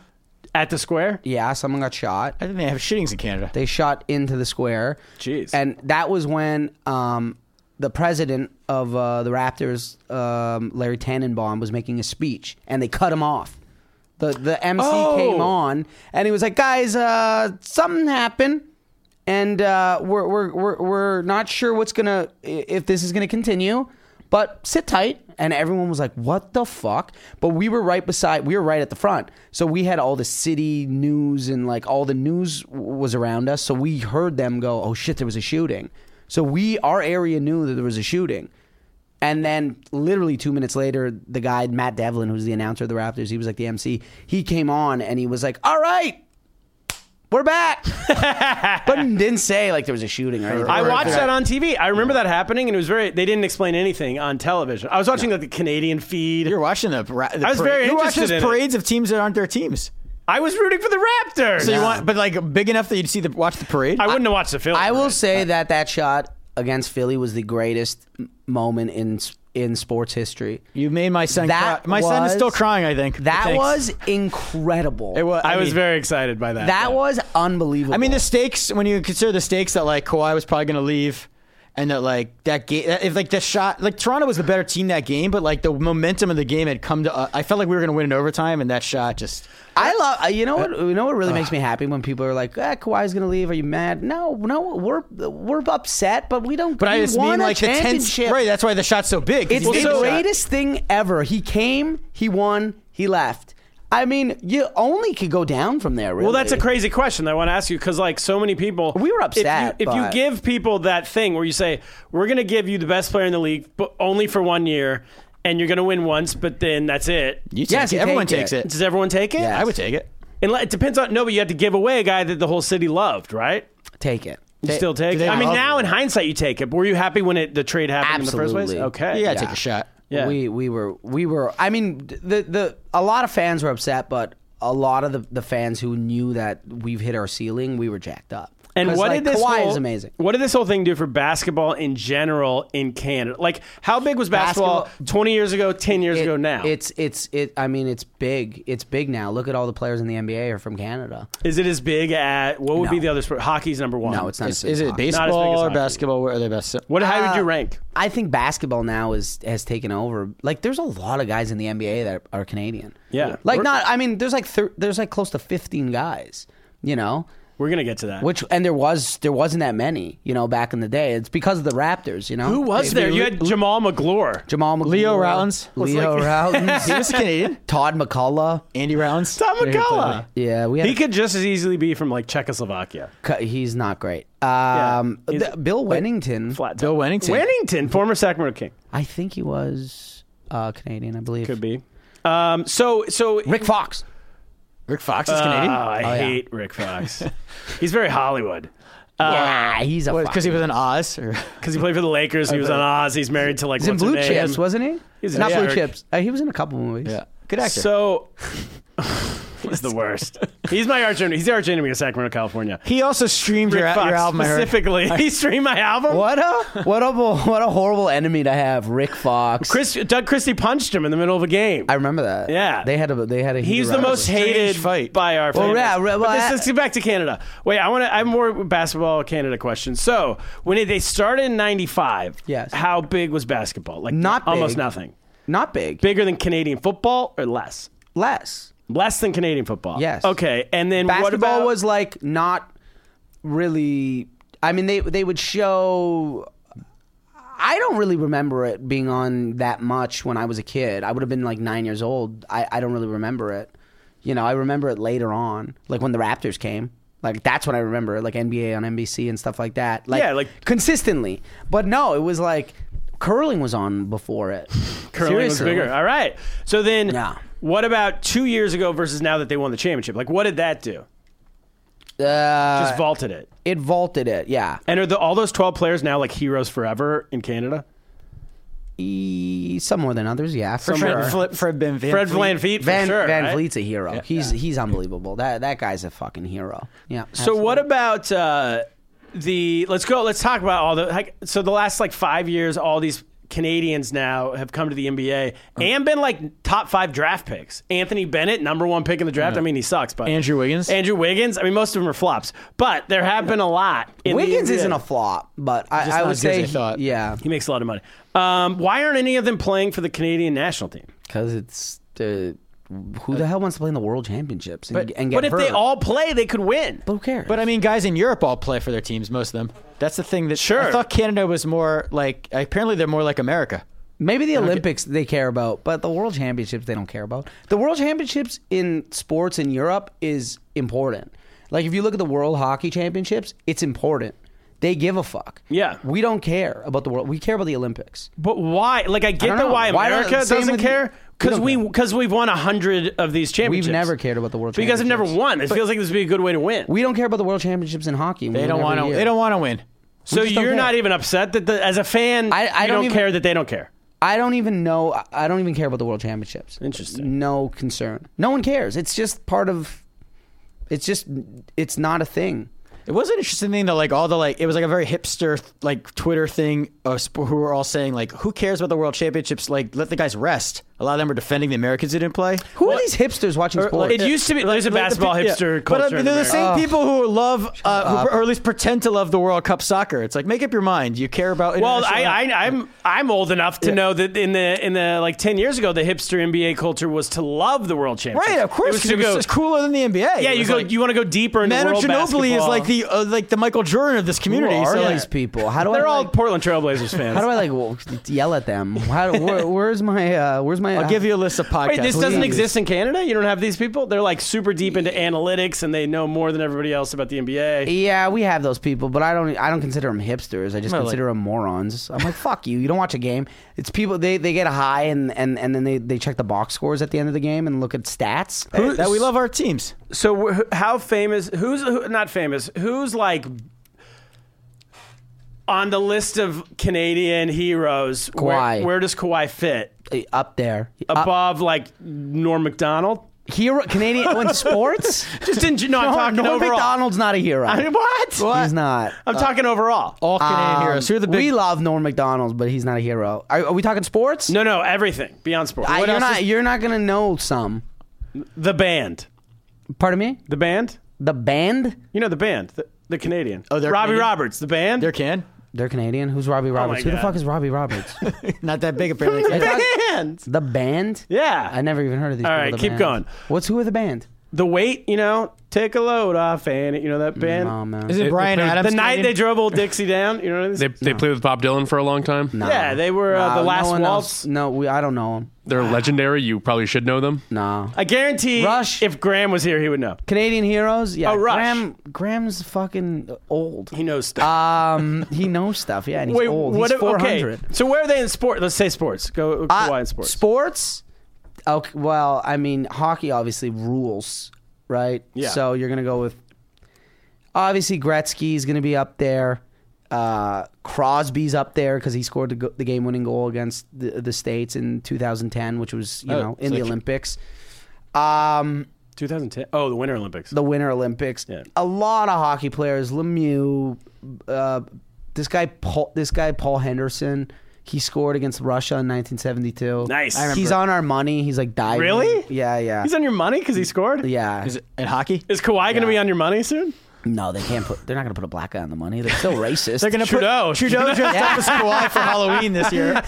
A: at the square.
D: Yeah, someone got shot.
B: I think they have shootings in Canada.
D: They shot into the square.
A: Jeez.
D: And that was when um, the president of uh, the Raptors, um, Larry Tannenbaum, was making a speech, and they cut him off. The the MC
A: Oh.
D: came on, and he was like, "Guys, uh, something happened." And uh, we're, we're, we're, we're not sure what's gonna if this is gonna continue, but sit tight. And everyone was like, "What the fuck?" But we were right beside, we were right at the front, so we had all the city news and like all the news w- was around us. So we heard them go, "Oh shit, there was a shooting." So we our area knew that there was a shooting. And then, literally two minutes later, the guy Matt Devlin, who's the announcer of the Raptors, he was like the MC. He came on and he was like, "All right, we're back," but didn't say like there was a shooting or anything.
A: I watched that on TV. I remember that happening, and it was very. They didn't explain anything on television. I was watching like the Canadian feed.
B: You're watching the. Ra- the
A: I was
B: parade.
A: very
B: You're watching
A: interested
B: those
A: in it.
B: parades of teams that aren't their teams.
A: I was rooting for the Raptors.
B: So you want, but like big enough that you'd see the watch the parade.
A: I wouldn't have watched the film.
D: I will
A: right?
D: say that that shot against Philly was the greatest m- moment in s- in sports history.
B: you made my son.
D: That
B: cry. My son is
D: was-
B: still crying. I think
D: That
B: Thanks.
D: was incredible.
B: It was.
A: I, was
B: mean-
A: very excited by that.
D: That was unbelievable.
B: I mean, the stakes when you consider the stakes that like Kawhi was probably going to leave, and that like that game, if like the shot, like Toronto was the better team that game, but like the momentum of the game had come to. Uh, I felt like we were going to win in overtime, and that shot just.
D: I love uh, you know what you know what really makes me happy when people are like eh, Kawhi's gonna leave. Are you mad? No, no, we're we're upset, but we don't.
B: But I
D: we
B: just
D: won
B: mean
D: a
B: like the tense.
D: championship.
B: Right, that's why the shot's so big. 'cause
D: It's
B: you
D: the
B: need shot.
D: greatest thing ever. He came, he won, he left. I mean, you only could go down from there. Really.
A: Well, that's a crazy question that I want to ask you because, like, so many people.
D: We were
A: If you-
D: upset,
A: If you,
D: but-
A: give people that thing where you say, we're going to give you the best player in the league, but only for one year, and you're going to win once, but then that's it.
B: You take
D: Yes,
B: it.
D: you
B: everyone
D: take
B: takes
D: it.
B: it.
A: Does everyone take it?
D: Yes.
B: I would take it.
A: And like, it depends on. No, but you have to give away a guy that the whole city loved, right?
D: Take it.
A: You still take
B: they
A: it. I mean,
B: love
A: now
B: it?
A: in hindsight, you take it. But were you happy when it, the trade happened in the first place?
D: Absolutely.
A: Okay.
B: You got to
D: Yeah.
B: take a shot.
A: Yeah.
D: We we were we were. I mean, the the a lot of fans were upset, but a lot of the, the fans who knew that we've hit our ceiling, we were jacked up.
A: And
D: 'Cause,
A: what
D: like,
A: did this
D: Kawhi
A: whole,
D: is amazing.
A: What did this whole thing do for basketball in general in Canada? Like, how big was basketball,
D: Basketball-
A: 20 years ago, 10 years
D: It-
A: ago now?
D: It's it's it. I mean, it's big. It's big now. Look at all the players in the NBA are from Canada.
A: Is it as big at what would be
D: No.
A: the other sport? Hockey's number one.
D: No, it's not.
B: Is,
D: as big
B: is
D: as
B: it
D: hockey.
A: big as
B: baseball or
A: hockey.
B: basketball? Where are they best?
A: What? How would you
D: Uh,
A: rank?
D: I think basketball now is has taken over. Like, there's a lot of guys in the NBA that are Canadian.
A: Yeah.
D: like
A: We're-
D: not. I mean, there's like thir- there's like close to 15 guys. You know,
A: We're gonna get to that.
D: which and there was there wasn't that many. You know, back in the day, it's because of the Raptors. You know,
A: Who was there? You had Jamal McGlure.
D: Jamal McGlure,
B: Leo Rollins.
D: Leo Rollins,
B: He was Canadian.
D: Todd McCullough.
B: Andy Rounds.
A: Tom
B: There you go.
A: McCullough.
D: Yeah, we had
A: He could just as easily be from like Czechoslovakia.
D: Cu- He's not great. Um,
A: Yeah, he's-
D: th- Bill Wennington.
A: Flat.
B: Bill
A: top.
B: Wennington.
A: Wennington, former Sacramento King,
D: I think he was uh, Canadian, I believe.
A: could be. Um, so so
D: Rick Fox.
B: Rick Fox is
A: Oh,
B: Canadian.
A: I
D: yeah.
A: hate Rick Fox. He's very Hollywood
D: yeah, Ah, he's a
B: Because he was in Oz. Or
A: because he played for the Lakers. He was on Oz. He's married to like
D: He's in
A: what's her
D: Blue
A: name?
D: Chips, wasn't he?
A: He's a
D: not Blue
A: jerk.
D: Chips. Uh, he was in a couple movies.
B: yeah, good actor.
A: So he's the worst. He's my arch enemy. He's the arch enemy of Sacramento, California.
B: He also streamed your,
A: Rick Fox
B: your album. I heard.
A: specifically. He streamed my album.
D: What a what a what a horrible enemy to have, Rick Fox.
A: Chris Doug Christie punched him in the middle of a game.
D: I remember that.
A: Yeah.
D: they had a they had a.
A: He's the
D: heated
A: most
D: rivalry.
A: hated
B: fight.
A: by our
D: Well,
A: fans.
D: yeah, well,
A: but
D: I-
A: this, let's get back to Canada. Wait, I want to. I have more basketball Canada questions. So when it- they started in '95,
D: Yes.
A: how big was basketball? Like
D: Not
A: almost
D: big.
A: nothing.
D: Not big.
A: Bigger than Canadian football or less?
D: Less.
A: Less than Canadian football.
D: Yes.
A: Okay, and then what
D: basketball
A: about-
D: was like not really i mean they they would show i don't really remember it being on that much when i was a kid i would have been like nine years old i, I don't really remember it you know i remember it later on like when the raptors came like that's when i remember it like nba on nbc and stuff like that like
A: Yeah, like-
D: consistently but no it was like Curling was on before it.
A: Curling was
D: Seriously.
A: bigger. All right. So then,
D: Yeah.
A: what about two years ago versus now that they won the championship? Like, what did that do?
D: Uh,
A: Just vaulted it.
D: it vaulted it. Yeah.
A: And are the, all those twelve players now like heroes forever in Canada?
D: E- some more than others. Yeah, for
A: Some more
D: sure.
A: than
B: Fred, Fle- Fred Van Van
A: Fred
B: Fleet.
A: Van Fleet, for
D: Van
A: sure.
D: Van
A: right?
D: Vliet's a hero. He's he's unbelievable. That that guy's a fucking hero. Yeah.
A: So what about uh, the? Let's go. Let's talk about all the. Like, so the last like five years, all these Canadians now have come to the NBA and been like top five draft picks. Anthony Bennett, number one pick in the draft. I mean, he sucks, but
B: Andrew Wiggins?
A: Andrew Wiggins. I mean, most of them are flops, but there have been a lot. in the
D: Wiggins
A: NBA.
D: isn't a flop, but I,
B: Just
D: I
B: not
D: would
B: as good as
D: say
B: I thought.
D: yeah,
A: He makes a lot of money. Um, why aren't any of them playing for the Canadian national team?
D: because it's the who the hell wants to play in the World Championships and, and
A: Uh,
D: get
A: But if
D: hurt?
A: they all play, they could win.
D: who cares?
B: But I mean, guys in Europe all play for their teams. Most of them. That's the thing that
A: Sure.
B: I thought Canada was more like. Apparently, they're more like America.
D: Maybe the Olympics they care about, but the World Championships they don't care about. The World Championships in sports in Europe is important. Like if you look at the World Hockey Championships, it's important. They give a fuck.
A: Yeah.
D: we don't care about the world. We care about the Olympics.
A: But why? Like, I get
D: don't
A: the
D: know.
A: why
D: Why don't-
A: America
D: same
A: doesn't
D: with-
A: care
D: we
A: because
D: don't
A: we
D: care.
A: because we've won a hundred of these championships.
D: We've never cared about the World
A: But you guys have never
D: Championships.
A: won. It feels like this would be a good way to win.
D: We don't care about the World Championships in hockey.
B: They don't want to. They don't want to win.
A: so
D: just don't
A: you're
D: care.
A: not even upset that the, as a fan,
D: I- I
A: you
D: don't
A: don't
D: even-
A: care that they don't care.
D: I don't even know. I- I don't even care about the World Championships.
A: Interesting.
D: No concern. No one cares. It's just part of. It's just. It's not a thing.
B: It was an interesting thing though. Like all the like, it was like a very hipster like Twitter thing. Of sp- who were all saying like, who cares about the world championships? Like, let the guys rest. A lot of them were defending the Americans who didn't play.
D: Who are these hipsters watching sports?
A: It used to be there's a
B: Like, the
A: basketball
B: pe- yeah.
A: hipster
D: uh,
B: But
A: culture.
B: I mean,
A: in
B: they're the
A: America.
B: same people who love, uh, who, or at least pretend to love the World Cup soccer. It's like make up your mind. You care about.
A: Well, I,
B: international-
A: I, I'm I'm old enough to know that in the in the like ten years ago, the hipster NBA culture was to love the world championship.
B: right, of
A: It
B: course,
A: was
B: 'cause
A: to
B: it was,
A: go.
B: just cooler than the NBA.
A: yeah,
B: It
A: you
B: was
A: go.
B: like-
A: you want to go deeper in
B: Manu
A: world
B: Ginobili is
A: basketball.
B: like the uh, like the Michael Jordan of this
D: Who
B: community.
D: are
B: so
D: these
B: like,
D: people? How do
A: They're
D: I
A: all
D: like,
A: Portland Trailblazers fans.
D: How do I like w- yell at them? How, where, where's my uh, where's my?
B: I'll give you a list of podcasts.
A: Wait, this
B: Please.
A: doesn't exist in Canada. You don't have these people. They're like super deep into analytics, and they know more than everybody else about the NBA.
D: Yeah, we have those people, but I don't. I don't consider them hipsters. I just
B: Well, like-
D: consider them morons. I'm like, fuck you. You don't watch a game. It's people. They, they get a high and, and, and then they, they check the box scores at the end of the game and look at stats.
B: Hey, that we love our teams.
A: So, wh- how famous? Who's who, not famous? Who's like on the list of Canadian heroes? Where,
D: Kawhi.
A: where does Kawhi Uh, fit?
D: Eh, up there. Up,
A: Above like Norm Macdonald?
D: hero Canadian in sports.
A: Just in gen- no, I'm talking
D: Norm
A: overall.
D: McDonald's not a hero.
A: I mean, what?
D: He's not.
A: I'm
D: Um,
A: talking overall.
B: All Canadian heroes. Who are the big?
D: we love Norm McDonald, but he's not a hero. Are, are we talking sports?
A: No, no, everything beyond sports.
D: I,
A: What
D: you're
A: else
D: not.
A: is-
D: you're not gonna know some.
A: the band.
D: Pardon me.
A: The band.
D: The band?
A: You know the band. The, the Canadian.
B: Oh, they're
A: Robbie
B: Canadian?
A: Roberts. The band.
B: There can
D: They're Canadian. Who's Robbie Roberts? Who the
A: Oh God.
D: fuck is Robbie Roberts?
B: not that big apparently.
D: I thought-
A: band.
D: the band?
A: Yeah.
D: I never even heard of these.
A: All
D: people,
A: right,
D: the
A: keep
D: band.
A: going.
D: What's who are the band?
A: the weight, you know, take a load off, and you know that band.
D: Oh man.
B: Is it Brian
E: they're-
B: Adams?
A: the night they
B: Canadian?
A: drove old Dixie down, you know. This,
E: They, they played with Bob Dylan for a long time.
A: yeah, they were uh,
D: Nah,
A: the
D: no
A: last
D: one
A: waltz.
D: else- No, we, I don't know him.
E: They're legendary. You probably should know them.
D: Nah.
A: I guarantee,
D: Rush.
A: if Graham was here, he would know.
D: Canadian heroes? Yeah.
A: Oh, Rush.
D: Graham Graham's fucking old.
A: He knows stuff.
D: Um, he knows stuff. Yeah, and he's old. he's
A: Uh, if-
D: four
A: okay,
D: hundred.
A: So where are they in sport? Let's say sports. Go
D: Uh,
A: Kawhi in sports.
D: Sports. Okay. Well, I mean, hockey obviously rules, right?
A: Yeah.
D: So you're gonna go with obviously Gretzky's gonna be up there. Uh, Crosby's up there because he scored the, go- the game-winning goal against the, the states in 2010, which was you
B: Oh,
D: know in
B: so
D: the
B: tr-
D: Olympics. Um,
A: 2010. Oh, the Winter Olympics.
D: the Winter Olympics.
A: Yeah.
D: A lot of hockey players. Lemieux, uh, this guy, Paul, this guy Paul Henderson. He scored against Russia in 1972.
A: Nice. I remember.
D: He's on our money. He's like diving.
A: Really?
D: Yeah, yeah,
A: He's on your money because he scored.
D: yeah.
B: Is it in hockey?
A: Is Kawhi going to be on your money soon?
D: No, they can't put. They're not gonna put a black guy on the money. They're still racist.
B: They're gonna
A: Trudeau.
B: put Trudeau dressed up as Kawhi for Halloween this year.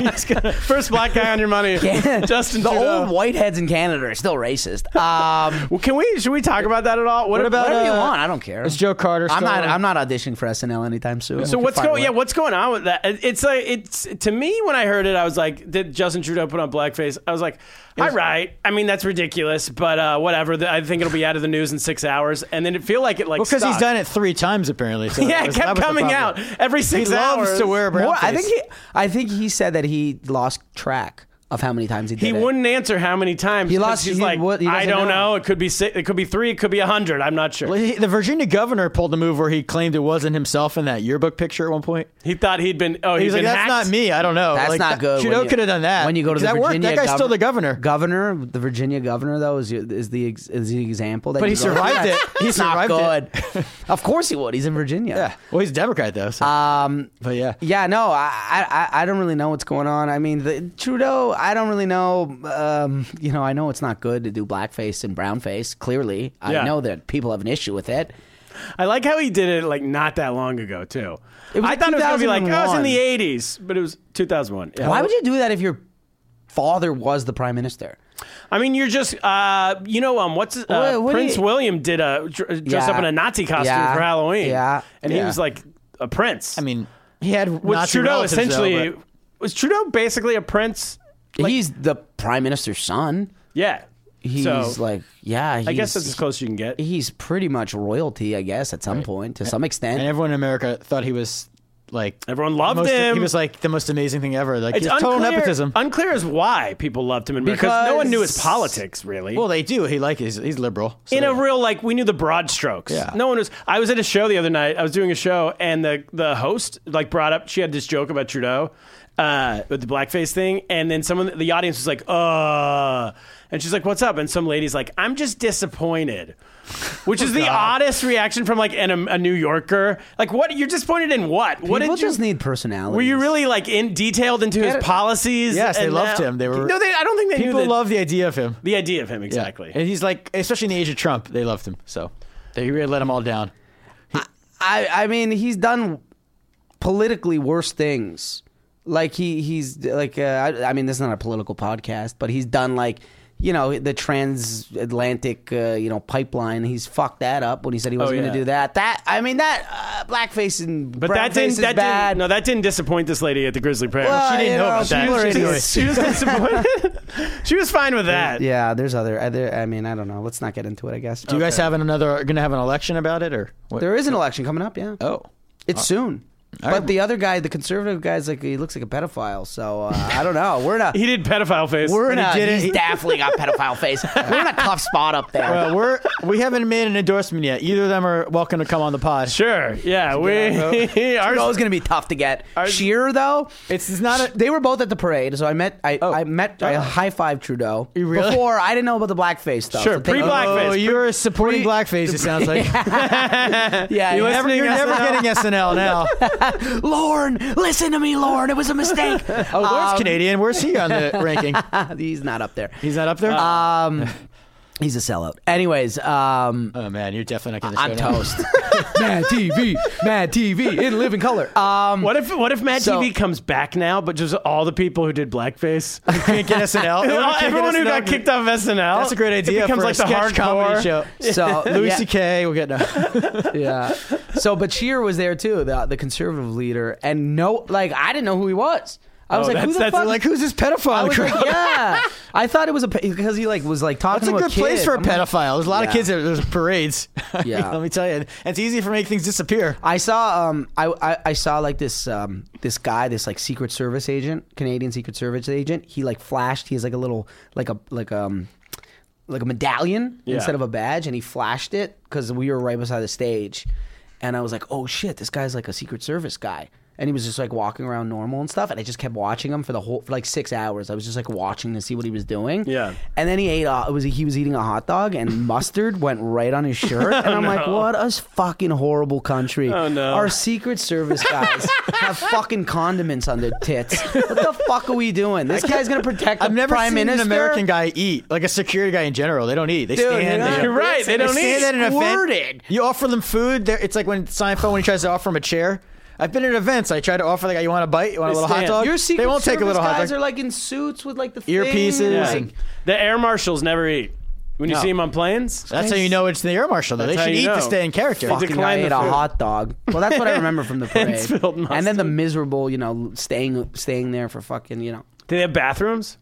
A: He's gonna, first black guy on your money. Justin
D: the
A: Trudeau.
D: old whiteheads in Canada are still racist. Um,
A: Well, can we? Should we talk about that at all? What, about?
D: whatever you
B: uh,
D: want, I don't care.
B: Is Joe Carter?
D: I'm
B: still
D: not.
B: on?
D: I'm not auditioning for SNL anytime soon.
A: So what's going? Yeah,
D: Firework.
A: what's going on with that? It- It's like it's to me when I heard it, I was like, did Justin Trudeau put on blackface? I was like, All right. I mean, that's ridiculous, but uh, whatever. The- I think it'll be out of the news in six hours, and then it feel like it like
B: Well, because he's
A: stuck.
B: done it three times apparently. So
A: Yeah,
B: that
A: it
B: was- that
A: kept
B: was the
A: coming out
B: problem.
A: every
B: He
A: six hours.
B: loves to wear a brown
D: More,
B: face.
D: I think he, I think he said that he lost track of how many times he did
A: He
D: it.
A: wouldn't answer how many times.
D: He
A: 'cause
D: lost-
A: He's
D: he
A: like,
D: would- he
A: I
D: doesn't
A: don't know.
D: know.
A: It could be six. It could be three. It could be a hundred. I'm not sure.
B: Well, he- The Virginia governor pulled a move where he claimed it wasn't himself in that yearbook picture at one point.
A: He thought he'd been. Oh,
B: He
A: he'd
B: was like,
A: been
B: "That's
A: hacked.
B: not me. I don't know.
D: That's
B: Like,
D: not good. when
B: Trudeau
D: you-
B: could have done that.
D: When you go to the
B: that
D: Virginia,
B: that guy's still
D: govern-
B: the governor.
D: Governor, the Virginia governor though is is the ex- is the example that.
B: But
D: you
B: he
D: go,
B: survived
D: "Yeah,
B: it. He
D: it's not
B: survived
D: good. of course he would. He's in Virginia.
B: Yeah. Well, he's a Democrat though. So.
D: Um,
B: but yeah.
D: yeah, no, I, I, I- I don't really know what's going on. I mean, the, Trudeau, I don't really know. Um, you know, I know it's not good to do blackface and brownface. Clearly,
A: Yeah.
D: I know that people have an issue with it.
A: I like how he did it like not that long ago too.
D: It was
A: I thought it was gonna be like oh, it was in
D: 2001.
A: the '80s, but it was 2001. Yeah.
D: Why would you do that if your father was the prime minister?
A: I mean, you're just, uh, you know, um, what's uh,
D: What- what do
A: Prince
D: you-
A: William did a dr- dressed
D: Yeah.
A: up in a Nazi costume
D: Yeah.
A: for Halloween.
D: Yeah.
A: and he
B: Yeah.
A: was like a prince.
B: I mean, he had
A: was
B: Nazi
A: Trudeau
B: relatives, though,
A: essentially?
B: but-
A: was Trudeau basically a prince?
D: He's the prime minister's son.
A: Yeah.
D: He's
A: so,
D: like, yeah. He's,
A: I guess that's as close as you can get.
D: He's pretty much royalty, I guess, at some point, to some extent.
B: and everyone in America thought he was like
A: Everyone loved
B: most-
A: him.
B: He was like the most amazing thing ever. Like
A: It's
B: he's total
A: unclear,
B: nepotism.
A: Unclear as why people loved him in America because no one knew his
D: Because-
A: politics really.
B: well, they do. He like he's, he's liberal. So
A: in a
B: yeah.
A: real like we knew the broad strokes
B: Yeah.
A: no one was i was at a show the other night i was doing a show and the the host like brought up she had this joke about trudeau uh with the blackface thing and then someone the audience was like uh and she's like what's up and some lady's like i'm just disappointed which is
B: Oh,
A: the oddest reaction from like an, a new yorker like what you're disappointed in what what
D: People
A: did you
D: just need personality.
A: were you really like in detailed into his
D: it.
A: policies
B: Yes, they
A: and
B: loved
A: now-
B: him. They were-
A: no they, i don't think they knew
B: people
A: that-
B: love the idea of him.
A: the idea of him exactly
B: Yeah. And he's like, especially in the age of Trump, they loved him. So they really let him all down.
D: I, I mean, he's done politically worse things. Like he, he's like, uh, I, I mean, this is not a political podcast, but he's done like, you know, the transatlantic, uh, you know, pipeline. He's fucked that up when he said he wasn't
A: Oh, yeah.
D: going to do that. That, I mean, that uh, blackface and
A: But that didn't
D: is
A: that
D: bad.
A: didn't no that didn't disappoint this lady at the Grizzly Prayer.
D: Well,
A: she didn't
D: you
A: know
D: know,
A: about that.
D: people are
A: She was,
D: idiots.
A: she was disappointed. she was fine with that.
D: yeah, there's other, other. I mean, I don't know. Let's not get into it. I guess.
B: Do you guys have an- another? Going to have an election about it or what?
D: There is an election coming up. Yeah.
B: oh,
D: It's soon. But
B: right.
D: the other guy, the conservative guy's like he looks like a pedophile. So uh, I don't know. We're in a
A: He did pedophile face.
D: we're in
B: he
D: a
B: did it.
D: he's definitely got pedophile face. We're in a tough spot up there.
B: well, we're we haven't made an endorsement yet. Either of them are welcome to come on the pod.
A: sure. Yeah, we
D: Trudeau's
A: ours,
D: gonna be tough to get.
A: Our-
D: Sheer though,
B: It's, it's not a.
D: they were both at the parade, so I met I, I met I high five Trudeau
B: Oh. You really?
D: before. I didn't know about the blackface stuff.
A: Sure,
D: so thank-
A: pre-black-
B: Oh,
A: Blackface.
B: you're supporting blackface. It sounds like
D: Yeah,
B: you're
D: yeah.
B: never, you're never getting SNL now.
D: Lorne, listen to me, Lorne. It was a mistake.
B: Oh, Lord's
D: Um,
B: Canadian. Where's he on the ranking?
D: He's not up there.
B: He's not up there.
D: Um, he's a sellout. Anyways, um,
B: oh man, you're definitely not
D: I'm
B: going to show now.
D: toast. Mad TV, Mad TV in living color.
B: Uh,
D: Um,
A: what if what if Mad
D: So-
A: TV comes back now, but just all the people who did blackface,
B: Can't get SNL. Everyone can't get
A: everyone who
B: SNL.
A: got kicked off SNL.
B: That's a great idea.
A: It becomes
B: for
A: like
B: a
A: the
B: sketch
A: hardcore
B: comedy show.
D: so
B: Louis
D: yeah,
B: C.K. will get no.
D: yeah. So Bashir was there too, the the conservative leader, and no, like I didn't know who he was. I was
A: Oh,
D: like,
A: that's-
D: who the
A: that's
D: fuck?
B: like who's this pedophile?
D: I
B: in the
D: was like,
B: crowd?
D: yeah. I thought it was a pe- because he like was like talking
B: That's a
D: to
B: good place
D: kid.
B: for a
D: I'm like-
B: pedophile. There's a lot of
D: Yeah.
B: kids at those parades. I mean,
D: Yeah.
B: let me tell you, and it's easy for make things disappear.
D: I saw um I, I, I saw like this um this guy this like secret service agent Canadian secret service agent he like flashed he has like a little like a like um like a medallion
A: Yeah.
D: instead of a badge and he flashed it because we were right beside the stage and I was like oh shit this guy's like a secret service guy and he was just like walking around normal and stuff and I just kept watching him for the whole for like six hours I was just like watching to see what he was doing
A: Yeah.
D: and then he ate a, it was he was eating a hot dog and mustard went right on his shirt and I'm like what a fucking horrible country
A: Oh, no.
D: our Secret Service guys have fucking condiments on their tits. What the fuck are we doing? This guy's gonna protect the
B: I've never
D: prime
B: seen
D: minister.
B: an American guy eat like a security guy in general. They don't eat. They
D: Dude,
B: stand.
D: yeah.
B: there.
A: You're right. They don't
B: stand
A: eat.
B: at an event.
D: Squirted.
B: You offer them food. they're- It's like when Seinfeld when he tries to offer him a chair. I've been at events. I try to offer the guy, you want a bite? You want a
A: They
B: little
A: stand.
B: hot dog?
D: Your Secret
B: they won't
D: Service
B: take a little hot
D: guys
B: dog.
D: are like in suits with like the
B: Earpieces
D: Thing.
B: Yeah.
D: Like,
A: The air marshals never eat. When you
B: No.
A: see them on planes,
B: That's how you know it's the air marshal. Though. They
A: That's how
B: should
A: you
B: eat
A: know.
B: to stay in character.
A: Fuck.
D: fucking
A: declined
D: I
A: the
D: ate a
A: food.
D: hot dog. Well, that's what I remember from the
A: And
D: parade.
A: spilled
D: and then the
A: mustard.
D: miserable, you know, staying staying there for fucking, you know.
A: do they have bathrooms?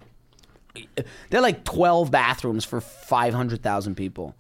D: They're like twelve bathrooms for five hundred thousand people.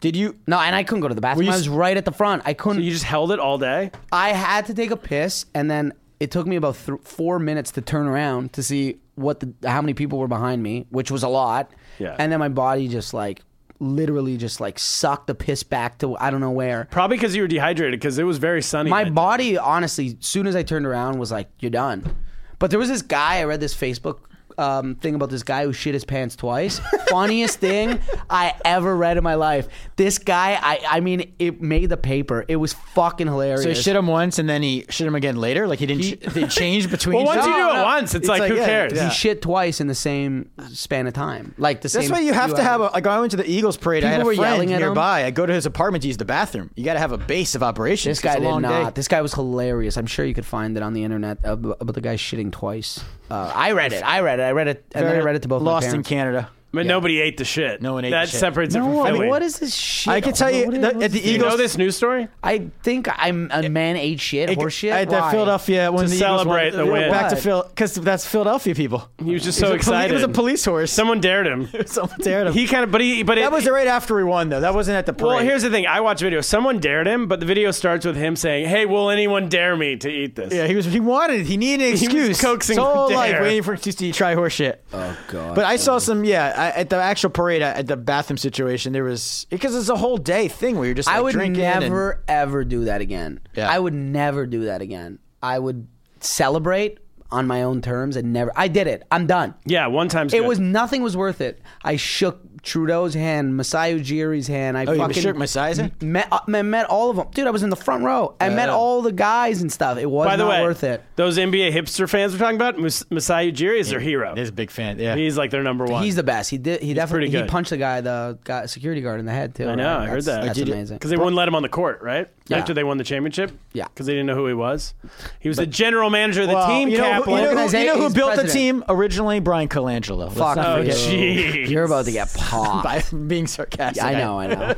B: Did you?
D: No, and I couldn't go to the bathroom.
B: you
D: I was
B: s-
D: right at the front. I couldn't.
A: You just held it all day.
D: I had to take a piss, and then it took me about th- four minutes to turn around to see what the, how many people were behind me, which was a lot.
A: Yeah.
D: And then my body just like literally just like sucked the piss back to I don't know where.
A: Probably because you were dehydrated because it was very sunny.
D: My
A: that-
D: body, honestly, soon as I turned around, was like, "You're done." But there was this guy. I read this Facebook um, thing about this guy who shit his pants twice. Funniest thing I ever read in my life. This guy, I, I mean, it made the paper. It was fucking hilarious.
B: So he shit him once and then he shit him again later. Like he didn't. sh- they changed between.
A: Well, once
B: each
A: you
B: other?
A: do it once, it's, like, who
B: yeah,
A: cares?
B: yeah.
D: He shit twice in the same span of time. Like the
B: That's
D: same.
B: why you have to have
D: hours.
B: a. Like I went to the Eagles parade. I
D: People
B: had a
D: were
B: friend
D: yelling at him.
B: nearby. I go to his apartment to use the bathroom. You got to have a base of operations.
D: This guy
B: It's a
D: did
B: long
D: not.
B: Day.
D: This guy was hilarious. I'm sure you could find it on the internet ab- about the guy shitting twice. Uh, I read it. I read it. I read it, and then I read it to both
B: Lost
D: my
B: in
D: parents.
B: Canada.
A: But nobody ate the shit.
B: No one ate
A: that
B: the shit.
A: separates it from
D: No, I
A: Philly.
D: mean, what is this shit?
B: I can tell you
D: What is-
B: that
D: what
B: at the
D: is this?
A: you
B: Eagles-
A: know this news story?
D: I think I'm a man ate shit or shit.
B: I, that
D: Why?
B: Philadelphia when
A: To
B: the Eagles
A: celebrate
B: won,
A: the
B: they went
A: win.
B: back to
D: What?
B: Phil because that's Philadelphia people.
A: He was just so
B: a poli-
A: excited.
B: it was a police horse.
A: Someone dared him.
B: Someone dared him.
A: He kind of, but he, but it,
B: that was right after we won though. That wasn't at the parade.
A: Well, here's the thing. I watch a video. Someone dared him, but the video starts with him saying, "Hey, will anyone dare me to eat this?"
B: Yeah, he was. He wanted. it. He needed an
A: He was
B: excuse.
A: coaxing
B: His whole
A: the
B: life
A: dare.
B: waiting for an excuse to try horse shit.
D: Oh god.
B: But I saw some, yeah, I, at the actual parade, I- at the bathroom situation, there was because it's a whole day thing where you're just like
D: I would
B: drinking. and-
D: never ever do that again.
B: Yeah.
D: I would never do that again. I would celebrate on my own terms and never. I did it. I'm done.
A: Yeah, one time.
D: It was nothing was worth it. I shook Trudeau's hand, Masai Ujiri's hand. I
B: Oh, you
D: fucking
B: shook Masai's hand? Uh.
D: Met, uh, man, met all of them, dude. I was in the front row. I met
B: Yeah.
D: all the guys and stuff. It was
A: By the
D: not
A: way,
D: worth it.
A: Those NBA hipster fans we're talking about, Mas- Masai Ujiri is their hero.
B: He's a big fan. Yeah,
A: He's like their number one.
D: He's the best. He did. He definitely.
A: pretty
D: He
A: good.
D: punched the guy, the guy, security guard in the head too.
A: I know, I heard that.
D: That's
B: Did you-
D: amazing.
A: because they wouldn't let him on the court, right?
D: Yeah.
A: After they won the championship,
D: Yeah.
A: because they didn't know who he was. He was the general manager of the
B: Well,
A: team.
B: You know, who,
A: Kaplan.
B: you know who-
D: Organization-
B: you know who
D: he's
B: built the
D: president.
B: team originally? Brian Colangelo. Let's
D: Fuck
B: not
A: oh,
D: you.
B: forget.
A: jeez.
D: You're about to get popped.
B: By being sarcastic.
D: I know. I know.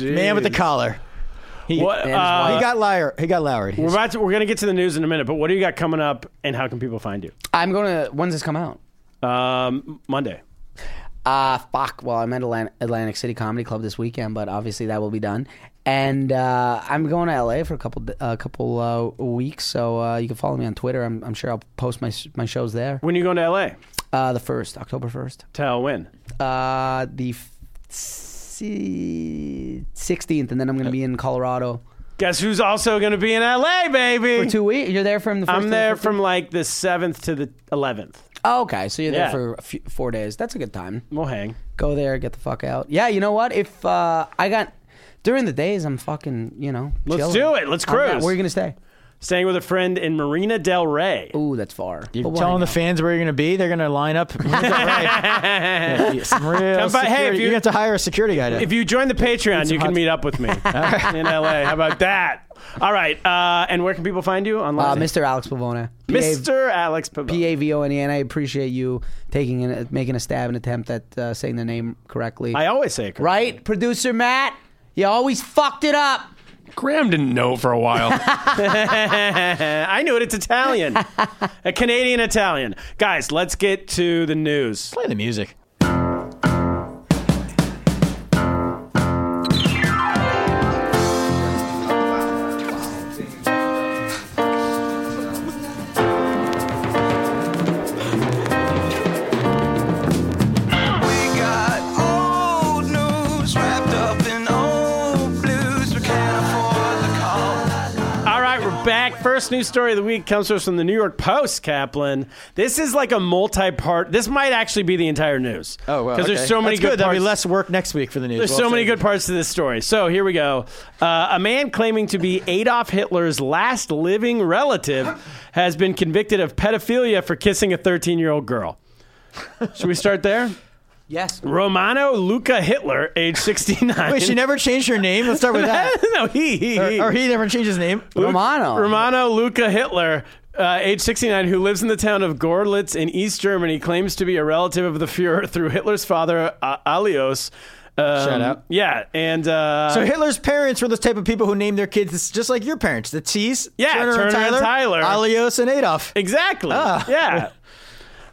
B: Man with the collar. He,
A: What,
B: he
A: uh,
B: got liar. He got Lowry.
A: We're about to, we're gonna get to the news in a minute, but what do you got coming up, and how can people find you?
D: I'm gonna. When's this come out?
A: Um, Monday.
D: Uh, fuck. Well, I'm at Atlan- Atlantic City Comedy Club this weekend, but obviously that will be done. And uh, I'm going to LA for a couple a couple uh, weeks, so uh, you can follow me on Twitter. I'm, I'm sure I'll post my s- my shows there.
A: When you going to LA?
D: Uh, the first October first.
A: Tell when.
D: Uh, the sixteenth, and then I'm going to be in Colorado
A: Guess who's also gonna be in LA, baby?
D: for two weeks. You're there from the. 1st to
A: I'm
D: the
A: there
D: 15th?
A: from like the seventh to the eleventh.
D: Oh, okay, so you're there
A: Yeah.
D: for a few, four days. That's a good time.
A: We'll hang.
D: go there, get the fuck out. Yeah, you know what? If uh, I got during the days, I'm fucking, you know.
A: Let's
D: chilling.
A: do it. Let's
D: I'm not-
A: cruise.
D: Where are you gonna stay?
A: Staying with a friend in Marina Del Rey.
D: Ooh, that's far.
B: You're
D: But we'll
B: telling
D: hang
B: the
D: out.
B: fans where you're going to be. They're going to line up. yeah, some real
A: Come by- hey, if
B: security-
A: you-
B: you have to hire a security guy. To,
A: If you join the Patreon, you can meet up with me in LA. How about that? All right. Uh, and where can people find you
D: Uh,
A: online?
D: Mr. Alex Pavona.
A: Mr. Alex Pavone.
D: P A V O N E, and I appreciate you taking an, making a stab and attempt at uh, saying the name correctly.
A: I always say it correct.
D: right, producer Matt, you always fucked it up.
E: Graham didn't know for a while.
A: I knew it. It's Italian. a Canadian Italian. Guys, let's get to the news.
B: play the music.
F: We got old news wrapped up in old blues. We can't afford the call.
A: All right, we're back. First news story of the week comes to us from the New York Post, Kaplan. This is like a multi part. This might actually be the entire news.
B: Oh, wow.
A: Because there's
B: okay.
A: so many
B: That's
A: good,
B: good. There'll be
A: parts.
B: less work next week for the news.
A: There's
B: We'll
A: so
B: have
A: many
B: to-
A: good parts to this story. So here we go. Uh, a man claiming to be Adolf Hitler's last living relative has been convicted of pedophilia for kissing a 13 year old girl. Should we start there?
D: Yes.
A: Romano Luca Hitler, age 69.
B: Wait, she never changed her name. Let's start with that.
A: no, he, he,
B: or,
A: he.
B: or he never changed his name.
D: Romano.
A: Romano Luca Hitler, uh, age 69, who lives in the town of Gorlitz in East Germany, claims to be a relative of the Fuhrer through Hitler's father, uh, Alios. Um,
B: Shout out.
A: Yeah, and uh,
B: So Hitler's parents were those type of people who named their kids this- just like your parents, the T's,
A: Yeah,
B: Turner, and
A: Turner and
B: Tyler,
A: Tyler.
B: Alios and Adolf.
A: Exactly.
B: Ah.
A: Yeah.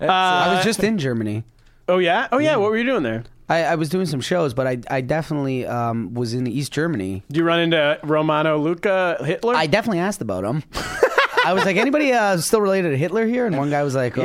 D: I was just in Germany.
A: Oh yeah. Oh yeah. What were you doing there?
D: I, I was doing some shows, but I, I definitely um, was in East Germany.
A: Did you run into Romano Luca Hitler?
D: I definitely asked about him. I was like, anybody uh, still related to Hitler here? And one guy was like, oh,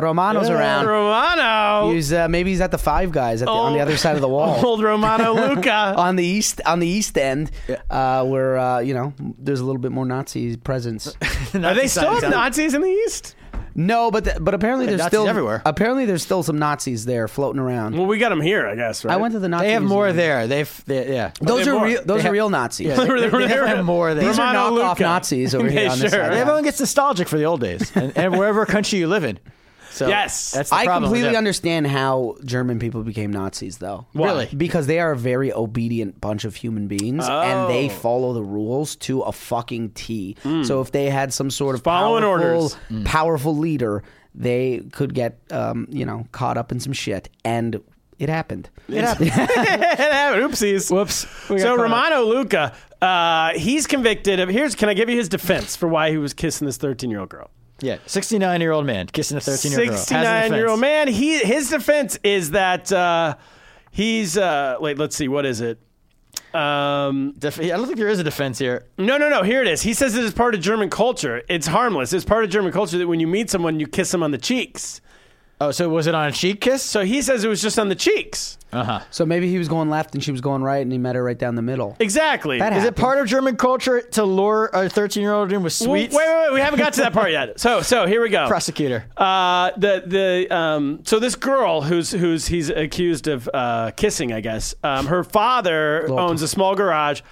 D: Romano's
A: Yeah,
D: around.
A: Romano.
D: He's, uh, maybe he's at the Five Guys at the, on the other side of the wall.
A: Old Romano Luca.
D: on the east on the east end, uh, where uh, you know there's a little bit more Nazi presence.
A: Are they still have Nazis in the East?
D: no, but the, but apparently there's
B: Nazis
D: still
B: everywhere.
D: Apparently there's still some Nazis there floating around.
A: Well, we got them here, I guess. Right?
D: I went to the Nazi.
B: They have more
D: museum.
B: there. They've they, yeah.
A: They
D: Those
A: have
D: are
A: more.
D: real. Those
B: They
D: are
B: have-
D: real Nazis.
B: Yeah,
A: They-
B: they
A: they
B: definitely
A: were-
B: have more there.
D: These are
A: Romano
D: knockoff
A: Luca.
D: Nazis over
A: Yeah,
D: here on this
A: sure.
D: side.
A: They have
B: Everyone gets nostalgic for the old days and, and wherever country you live in. So
A: Yes.
B: that's the
D: I
B: problem with
D: completely
B: it.
D: understand how German people became Nazis, though.
B: Why? Really?
D: Because they are a very obedient bunch of human beings, and they
B: Oh.
D: follow the rules to a fucking T.
B: Hmm.
D: So if they had some sort of
A: Following
D: powerful, Hmm.
A: orders.
D: powerful leader, they could get, um, you know, caught up in some shit, and it happened. It happened.
A: it happened. Oopsies. Whoops. So Romano Luca, uh, he's convicted of. Here's. Can I give you his defense for why he was kissing this 13 year old girl?
B: Yeah, sixty-nine year old man kissing a thirteen-year-old girl. Has an
A: 69 year old
B: offense.
A: man. He his defense is that uh, he's uh, wait. Let's see. What is it? Um,
B: Def- I don't think there is a defense here.
A: No, no, no. Here it is. He says it is part of German culture. It's harmless. It's part of German culture that when you meet someone, you kiss them on the cheeks.
B: Oh, so was it on a cheek kiss?
A: So he says it was just on the cheeks.
D: so maybe he was going left and she was going right, and he met her right down the middle.
A: Exactly.
D: That
B: Is it
D: happened.
B: part of German culture to lure a 13 year old in with
A: Well,
B: sweets?
A: Wait, wait, wait. We haven't got to that part yet. So, so here we go.
B: Prosecutor.
A: Uh, the the um, so this girl who's who's he's accused of uh, kissing, I guess. Um, her father owns a small garage.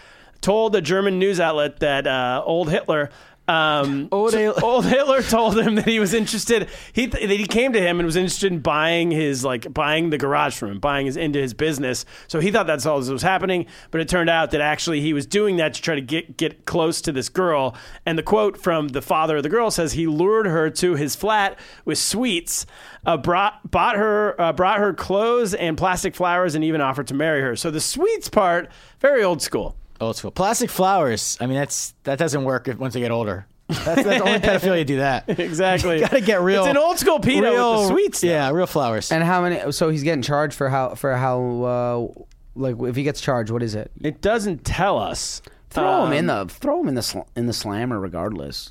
A: Told a German news outlet that uh, old Hitler. Um,
B: Old
A: so-
B: Hitler.
A: old Hitler told him that he was interested. He th- that he came to him and was interested in buying his like buying the garage from him, buying his into his business. So he thought that's all that was happening, but it turned out that actually he was doing that to try to get get close to this girl. And the quote from the father of the girl says he lured her to his flat with sweets, uh, brought bought her uh, brought her clothes and plastic flowers, and even offered to marry her. So the sweets part, very old school.
B: Old school. Plastic flowers. I mean, that's that doesn't work if, once they get older. That's, that's only pedophilia to do that.
A: Exactly.
B: Gotta get real.
A: It's an old school pedo
B: real,
A: with the sweets. though.
B: Yeah, real flowers.
D: And how many? So he's getting charged for how for how uh, like if he gets charged, what is it?
A: It doesn't tell us.
D: Throw him in
A: Um,
D: the throw him in the sl- in the slammer, regardless.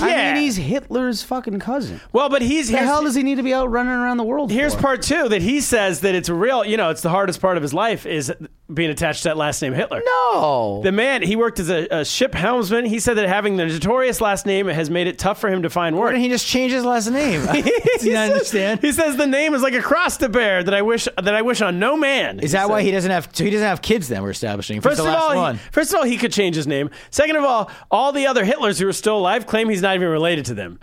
D: I
A: Yeah.
D: mean, he's Hitler's fucking cousin. What
A: Well, but he's
D: the
A: here's-
D: hell does he need to be out running around the world?
A: Here's
D: for?
A: part two that he says that it's real. You know, it's the hardest part of his life is being attached to that last name Hitler.
D: No.
A: The man, he worked as a, a ship helmsman. He said that having the notorious last name has made it tough for him to find work.
B: and he just changed his last name. Do you not understand?
A: He says the name is like a cross to bear that I wish that I wish on no man.
B: Is that why he doesn't have? So he doesn't have kids. Then we're establishing. If he's
A: First
B: the
A: of
B: last
A: all,
B: one.
A: He, first of all, he could change his name. Second of all, all the other Hitlers who are still alive claim he's not even related to them.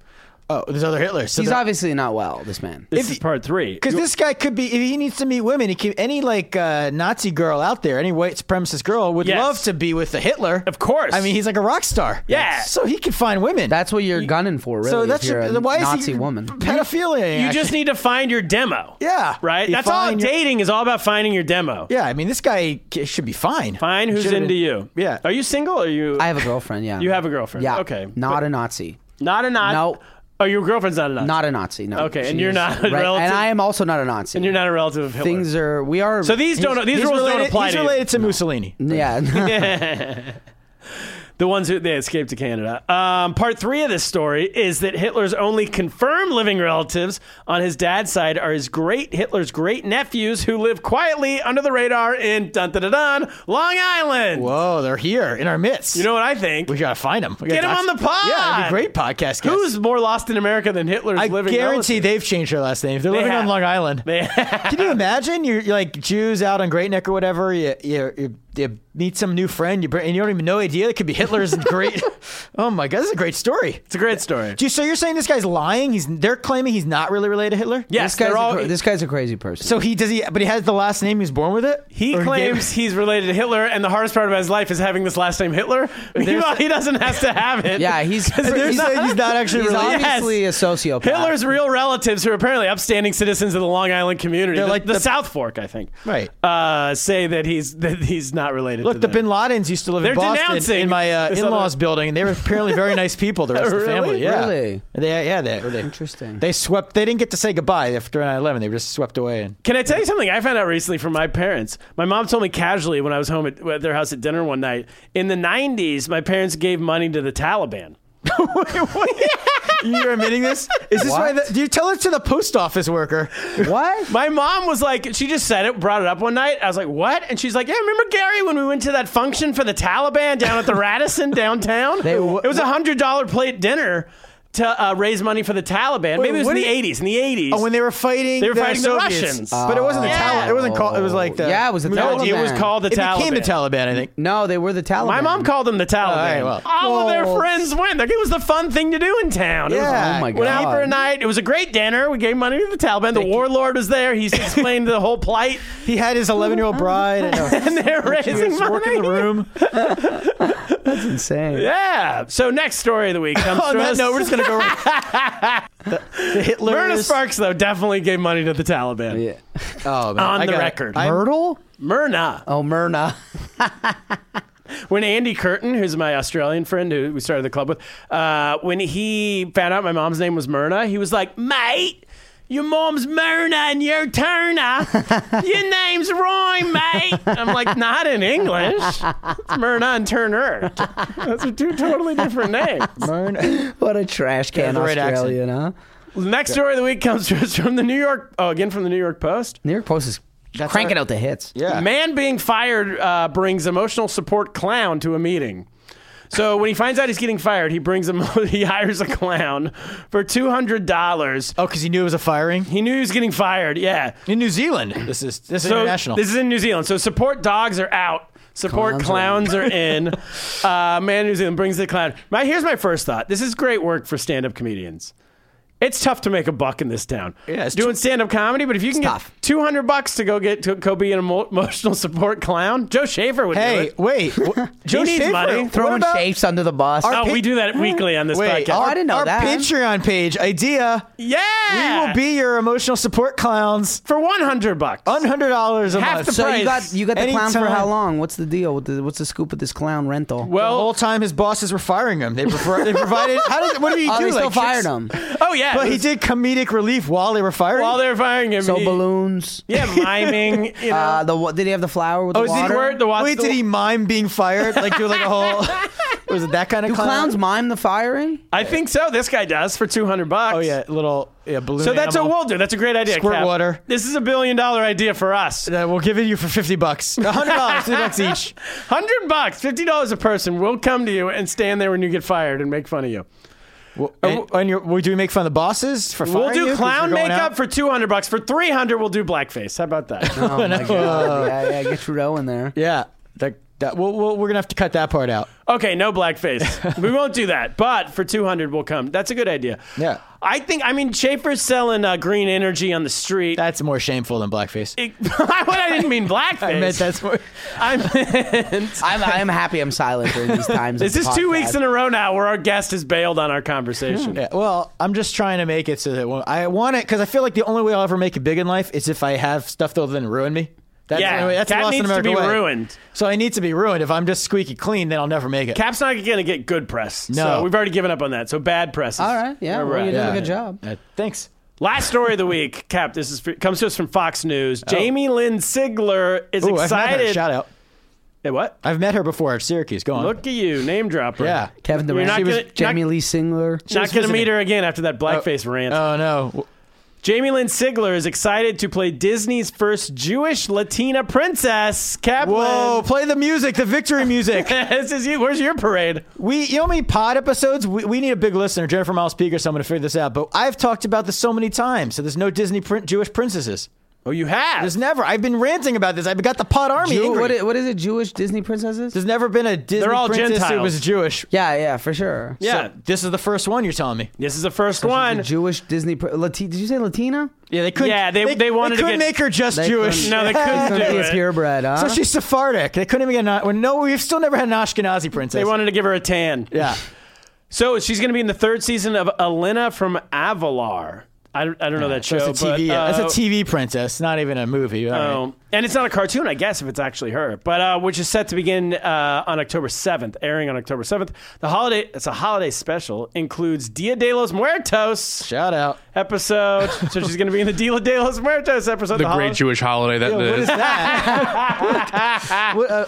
B: oh, there's other Hitlers. So
D: he's
B: the-
D: obviously not well. This man.
A: This is part three.
B: Because this guy could be, if he needs to meet women, he can, any like uh, Nazi girl out there, any white supremacist girl would
A: Yes.
B: love to be with the Hitler.
A: Of course.
B: I mean, he's like a rock star.
A: Yeah.
B: So he can find women.
D: That's what you're gunning for, really.
B: so
D: if
B: that's
D: you're a
B: why is
D: Nazi
B: he
D: woman.
B: pedophilia.
A: You just need to find your demo.
B: Yeah.
A: Right?
B: You
A: That's all
B: find your-
A: dating is all about finding your demo.
B: yeah. I mean, this guy c- should be fine.
A: Find who's
B: Should've
A: into
B: been-
A: you.
B: Yeah.
A: Are you single? Or are you
D: I have a girlfriend. Yeah.
A: You have a girlfriend.
D: Yeah.
A: Okay.
D: Not
A: But-
D: a Nazi.
A: not a Nazi?
D: No.
A: Oh, your girlfriend's not a Nazi.
D: Not a Nazi. No.
A: Okay, and you're
D: She's-
A: not a relative-
D: And I am also not a Nazi.
A: and you're not a relative of Hitler.
D: Things are. We are.
A: so these don't these
B: He's
A: rules
B: related,
A: don't apply
B: he's
A: to you.
B: related to Mussolini.
D: Yeah.
A: the ones who they escaped to Canada. Um, part three of this story is that Hitler's only confirmed living relatives on his dad's side are his great Hitler's great nephews who live quietly under the radar in dun dun dun, dun Long Island.
B: Whoa, they're here in our midst.
A: You know what I think?
B: we gotta find him.
A: Get him on the pod.
B: Yeah, that'd be great podcast. guest.
A: Who's more lost in America than Hitler's
B: I
A: living
B: guarantee
A: relatives?
B: they've changed their last name. If They're living
A: have.
B: on Long Island.
A: They-
B: Can you imagine? You're, you're like Jews out on Great Neck or whatever. You, you, you, you meet some new friend, you bring, and you don't even know idea. It could be Hitler's great. Oh my god, this is a great story.
A: it's a great story.
B: Do you, so you're saying this guy's lying? He's they're claiming he's not really related to Hitler.
A: Yes,
D: this, guy's
A: they're all.
D: a, cra- this guy's a crazy person.
B: So he does he, but he has the last name. He was born with it.
A: he
B: Or gave-
A: claims he's related to Hitler, and the hardest part about his life is having this last name Hitler. Meanwhile, he doesn't have to have it.
D: yeah, he's.
B: they're
D: he's,
B: saying he's not actually
D: he's
B: related.
D: obviously a sociopath.
A: Hitler's real relatives, who are apparently upstanding citizens of the Long Island community,
B: They're
A: the,
B: like
A: the,
B: the-
A: South Fork, I think,
B: Right.
A: uh, say that he's that he's not related. to
B: Look, the
A: them.
B: Bin Ladens used to live
A: They're
B: in Boston.
A: denouncing
B: In my uh, uh,
A: This
B: in-laws
A: other-
B: building, and they were apparently very nice people. The rest of the
A: Really?
B: family, yeah,
D: Really?
B: they, yeah, they, they
D: Interesting.
B: They swept. They didn't get to say goodbye after 9/11. They were just swept away. And
A: Can I tell you something I found out recently from my parents? My mom told me casually when I was home at, at their house at dinner one night. In the 90s, my parents gave money to the Taliban.
B: you're admitting this? Is this why? The, do you tell it to the post office worker?
D: What?
A: My mom was like, she just said it, brought it up one night. I was like, what? And she's like, yeah, remember Gary when we went to that function for the Taliban down at the Radisson downtown?
D: They w-
A: it was a hundred dollar plate dinner to uh, raise money for the Taliban. Maybe it was
B: what
A: in the
B: do you-
A: eighties. In the eighties,
B: Oh, when they were fighting,
A: They were
B: the
A: fighting the
B: Soviets.
A: Russians.
B: but it wasn't the
A: Yeah.
B: Taliban. It wasn't called. It was like the
D: Yeah, it was the
A: no,
D: Taliban.
A: it was called the
B: It
A: Taliban.
B: became the Taliban, I think.
D: No, they were the Taliban.
A: My mom called them the Taliban.
B: Oh, right, well.
A: All of their
D: Well-
A: friends went. Like, it was the fun thing to do in town. It was
B: Yeah.
D: Oh my
A: Went out
D: God.
A: for a night. It was a great dinner. We gave money to the Taliban. The warlord was there. He explained the whole plight,
B: He had his 11 year old bride. And a,
A: and they're raising money.
B: in the room.
D: Insane.
A: Yeah. So next story of the week comes
B: On
A: from
B: that
A: us.
B: note, we're just gonna go. the, the Hitler.
A: Myrna Sparks though definitely gave money to the Taliban.
D: Yeah.
B: Oh, man.
A: On
B: I
A: the
B: got it.
A: record.
B: I'm-
D: Myrtle?
A: Myrna,
D: Oh, Myrna.
A: when Andy Curtin, who's my Australian friend who we started the club with, uh, when he found out my mom's name was Myrna, he was like, "Mate, your mom's Myrna and you're Turner. your name's rhyme, mate." I'm like, "Not in English. It's Myrna and Turner. Those are two totally different names."
B: Myrna.
D: What a trash can
B: the right accent.
D: Australian, huh?
A: Next story of the week comes to us from the New York. Oh, again from the New York Post.
D: New York Post is
B: That's
D: cranking
B: our-
D: out the hits.
B: Yeah.
A: Man being fired uh, brings emotional support clown to a meeting. So when he finds out he's getting fired, he brings him. He hires a clown for two hundred dollars.
B: Oh, because he knew it was a firing
A: He knew he was getting fired. Yeah.
B: in New Zealand. This is this is
A: So
B: international.
A: This is in New Zealand. So support dogs are out. Support clowns,
D: Clowns
A: are in. uh, man, New Zealand brings the clown. My, here's my first thought. This is great work for stand-up comedians. It's tough to make a buck in this town.
B: Yeah, it's
A: doing stand-up comedy, but if you can get
B: tough.
A: two hundred bucks to go get to go be an emo- emotional support clown, Joe Schaefer would do
B: hey,
A: it.
B: wait. wh- Joe
A: needs
B: Schaefer,
A: money.
B: what
D: Throwing
B: about-
D: shapes under the bus.
A: Oh,
B: Our
A: we
B: pic-
A: do that weekly on this
B: Wait, uh,
A: podcast.
D: Oh,
B: our,
D: I didn't know
B: our
D: that.
B: Patreon page idea.
A: yeah,
B: We will be your emotional support clowns.
A: for one hundred bucks.
B: One hundred dollars a
A: Half
B: month.
A: the
D: so
A: price.
D: you got you got the clown for
B: Anytime.
D: how long? What's the deal? With the, what's the scoop with this clown rental?
B: the
A: well,
B: whole time his bosses were firing him. They, prefer, they provided. How did? What did he
D: oh,
B: do?
D: they still
B: like,
D: fired
B: tricks-
D: him.
A: oh yeah,
B: But
A: it
B: he
A: was-
B: did comedic relief while they were firing.
A: while they're firing him.
D: So
A: he-
D: balloons.
A: yeah, miming. You know,
D: Uh, the wa- did he have the flower with
B: Oh,
D: the
B: is he
D: water?
A: word- the wa-
B: Wait, did he mime being fired? Like do like a whole? Was it that kind of
D: Do
B: clown?
D: clowns mime the firing?
A: I think so. This guy does for two hundred bucks.
B: Oh yeah, little yeah balloon.
A: So that's what
B: animal.
A: we'll do. That's a great idea.
B: Squirt
A: Cap.
B: water.
A: This is a billion dollar idea for us.
B: That we'll give it to you for fifty bucks, hundred dollars, fifty bucks each.
A: Hundred bucks, fifty dollars a person. We'll come to you and stand there when you get fired and make fun of you.
B: And, Oh, and you're, well, do we make fun of the bosses for
A: We'll
B: firing
A: do
B: you 'cause
A: clown
B: you're going
A: makeup
B: out?
A: for two hundred bucks. For three hundred, we'll do blackface. How about that?
D: Oh my god! Yeah, yeah, get Trudeau in there.
B: Yeah, that, that we'll, we'll, we're gonna have to cut that part out.
A: Okay, no blackface. we won't do that. But for 200, we'll come. That's a good idea.
B: Yeah.
A: I think, I mean, Schaefer's selling uh, green energy on the street.
B: That's more shameful than blackface.
A: It- I didn't mean blackface.
B: I meant that's more.
A: I meant-
D: I'm, I'm happy I'm silent during these times.
A: This
D: of
A: is two
D: podcast.
A: weeks in a row now where our guest has bailed on our conversation.
B: Yeah, well, I'm just trying to make it so that when, I want it because I feel like the only way I'll ever make it big in life is if I have stuff that'll then ruin me. That's the
A: Yeah,
B: only way- that's
A: Cap
B: the lost
A: needs
B: in
A: to
B: America
A: be
B: way.
A: ruined.
B: So I need to be ruined. If I'm just squeaky clean, then I'll never make it.
A: Cap's not going to get good press. So
B: No.
A: we've already given up on that. So bad press.
D: All right, yeah, well, you did a good job.
B: Uh, thanks.
A: Last story of the week, Cap. This is for, comes to us from Fox News. Jamie Lynn Sigler is
B: Oh. Ooh, I've met her.
A: excited.
B: Shout out.
A: Hey, what?
B: I've met her before at Syracuse. Go on.
A: Look at you, name dropper.
B: Yeah.
D: Kevin
A: You're
D: Durant,
A: not
D: she was
A: gonna- not-
D: Jamie Lee Singler.
A: Not going to
B: visiting.
A: meet her again after that blackface rant.
B: Oh no.
A: Jamie Lynn Sigler is excited to play Disney's first Jewish Latina princess, Kaplan.
B: Whoa! Play the music, the victory music.
A: this is you. Where's your parade?
B: We, you know, how many pod episodes. We, we need a big listener, Jennifer Miles Peake or someone to figure this out. But I've talked about this so many times. So there's no Disney print Jewish princesses.
A: Oh, you have.
B: There's never. I've been ranting about this. I've got the pod army.
D: Jew-
B: angry.
D: what, i- what is it? Whats it? Jewish Disney princesses?
B: there's never been a Disney
A: all
B: princess
A: Gentiles.
B: who was Jewish.
D: yeah, yeah, for sure.
A: yeah.
B: So this is the first one you're telling me.
A: this is the first
D: The
A: one.
D: Jewish Disney. Pr- Lati- did you say Latina?
B: Yeah, they couldn't.
A: Yeah, they- they wanted to
B: couldn't
A: get-
B: make her just
D: They
B: Jewish.
A: No, they couldn't
D: Couldn't
A: do
D: be a
A: it.
D: purebred, huh?
B: So she's Sephardic. They couldn't even get. An, no, we've still never had an Ashkenazi princess.
A: They wanted to give her a tan.
B: Yeah.
A: So she's going to be in the third season of Elena from Avalar. I, don't- I don't know that show.
B: That's a
A: but,
B: TV.
A: uh,
B: that's a TV princess, not even a movie. All right.
A: um, and it's not a cartoon, I guess, if it's actually her. But uh, which is set to begin uh, on October seventh, airing on October seventh. The holiday, it's a holiday special, includes Dia de los Muertos
B: Shout out.
A: episode. so she's going to be in the Dia de los Muertos episode.
E: The
A: of
E: great Jewish holiday that
B: What
E: is.
B: is that? what, uh,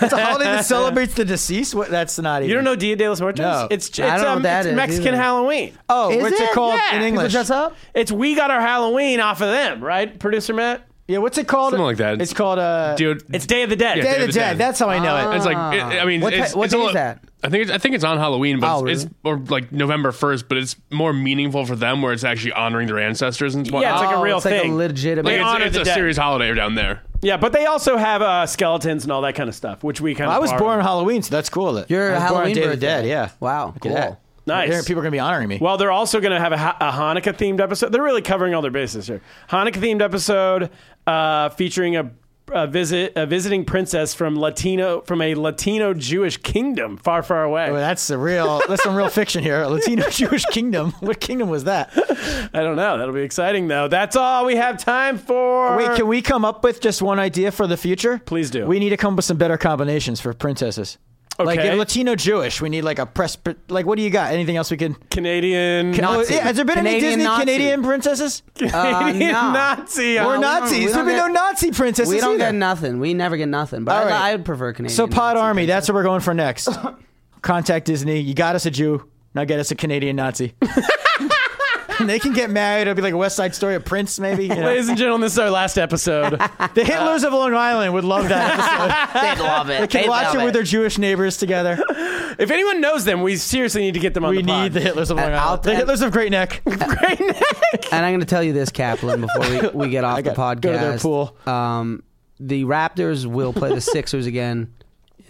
B: it's a holiday that celebrates the deceased. What? That's not even.
A: You don't know Dia de los Muertos?
B: No.
A: It's it's,
D: I don't know
A: um,
D: what that
A: it's
D: is
A: Mexican
D: either.
A: Halloween.
B: Oh,
D: Is
B: what's it,
D: it?
B: called
A: Yeah.
B: in
A: People
D: People
B: English?
D: dress up.
A: It's we got our Halloween off of them, right, producer Matt?
B: Yeah, what's it called?
E: Something like that.
B: It's called uh,
E: Dude,
A: It's Day of the Dead.
E: Yeah,
B: Day
E: Day
B: of the Dead. That's how I know it.
E: It's like it, I mean,
D: What
E: it's,
D: ti- what
E: it's a
D: day is
E: little-
D: that?
E: I think it's, I think it's on Halloween, but
D: Oh,
E: it's, it's or like November first, but it's more meaningful for them where it's actually honoring their ancestors and whatnot.
A: Yeah, it's like a
D: Oh,
A: real
D: it's like a
A: thing.
D: legitimate-
A: They
D: Like,
E: it's,
A: honor
E: it's
A: the
E: a
A: dead.
E: serious holiday down there.
A: Yeah, but they also have uh, skeletons and all that kind of stuff, which we kind of.
B: I was
A: borrow.
B: born on Halloween, so that's cool. that-
D: Your
B: I was born on
D: Halloween
B: Day of the
D: birthday.
B: Dead. Yeah.
D: Wow,
B: Look at
D: cool.
B: that.
A: Nice.
B: They're- People are gonna be honoring me.
A: Well, they're also going to have a, Ha- a Hanukkah themed episode. They're really covering all their bases here. Hanukkah themed episode uh, featuring a, a visit a visiting princess from Latino from a Latino Jewish kingdom far far away.
B: Well, that's a real. That's some real fiction here. Latino Jewish kingdom. What kingdom was that?
A: I don't know. That'll be exciting though. That's all we have time for.
B: Wait, can we come up with just one idea for the future?
A: Please do.
B: We need to come up with some better combinations for princesses. Like
A: Okay.
B: if Latino Jewish, we need like a press. Like, what do you got? Anything else we can?
A: Canadian
D: Nazi.
B: Oh, yeah, has there been
D: Canadian
B: any Disney
D: Nazi.
B: Canadian princesses
A: Canadian
D: no.
A: Nazi?
B: or
D: we don't- we
B: Nazis? There've
D: don't
B: been Oh, no
D: get-
B: Nazi princesses.
D: We don't
B: either.
D: get nothing. We never get nothing. But
B: All
D: I,
B: right.
D: I would prefer Canadian.
B: So Pod
D: Nazi
B: Army,
D: princess.
B: that's what we're going for next. Contact Disney. You got us a Jew. Now get us a Canadian Nazi. And they can get married. It'll be like a West Side Story of Prince, maybe. you know.
A: Ladies and gentlemen, this is our last episode.
B: The Hitlers of Long Island would love that episode.
D: They'd love it.
B: Can
D: They'd
B: watch
D: love
B: it with their Jewish neighbors together.
A: if anyone knows them, we seriously need to get them on
B: We
A: the pod. Uh,
B: need the Hitlers of Long
D: And
B: Island. The
D: I'll-
B: Hitlers of Great Neck.
D: And I'm going to tell you this, Kaplan, before we, we get off the
B: gotta
D: podcast.
B: go to their pool.
D: Um, the Raptors will play the Sixers again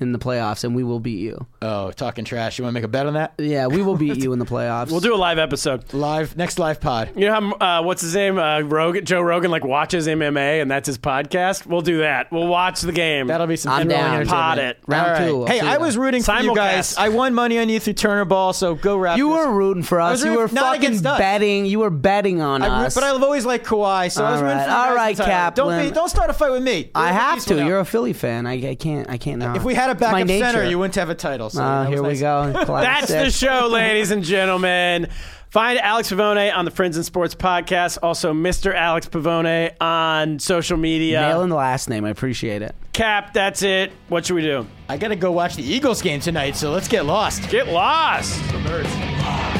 D: in the playoffs, and we will beat you.
B: Oh, talking trash. You want to make a bet on that?
D: Yeah, we will beat you in the playoffs.
A: We'll do a live episode.
B: Live next live pod.
A: You know how uh, what's his name? Uh, Rogan, Joe Rogan, like watches MMA, and that's his podcast. We'll do that. We'll watch the game.
B: That'll be some
D: I'm
B: thrilling
D: down.
B: entertainment.
A: pod it.
D: Round
B: All right.
D: two. I'll
B: Hey,
D: see
B: I
D: you
B: was rooting for you guys.
A: Simulcast.
B: I won money on you through Turner Ball, so go Raptors.
D: You were rooting for us.
B: was
D: You
B: rooting-
D: were
B: not
D: fucking
B: against us.
D: betting. You were betting on
B: I,
D: us.
B: but I've always liked Kawhi, so I was rooting
D: All right.
B: for you guys
D: All right,
B: to title. Don't
D: Kaplan.
B: be, don't start a fight with me.
D: I
B: We'll
D: have
B: peace one
D: to.
B: out.
D: You're a Philly fan. I, I can't. I can't. Not.
B: If we had a
D: It's my
B: backup center,
D: nature.
B: you wouldn't have a title. So
D: Ah,
B: that was
D: here we
B: nice.
D: go.
A: That's the
D: Classic.
A: show, ladies and gentlemen. Find Alex Pavone on the Friends and Sports podcast. Also, Mr. Alex Pavone on social media.
D: Nailing the last name. I appreciate it.
A: Cap, that's it. What should we do?
B: I gotta go watch the Eagles game tonight, so let's get lost.
A: Get lost.
E: Nerds.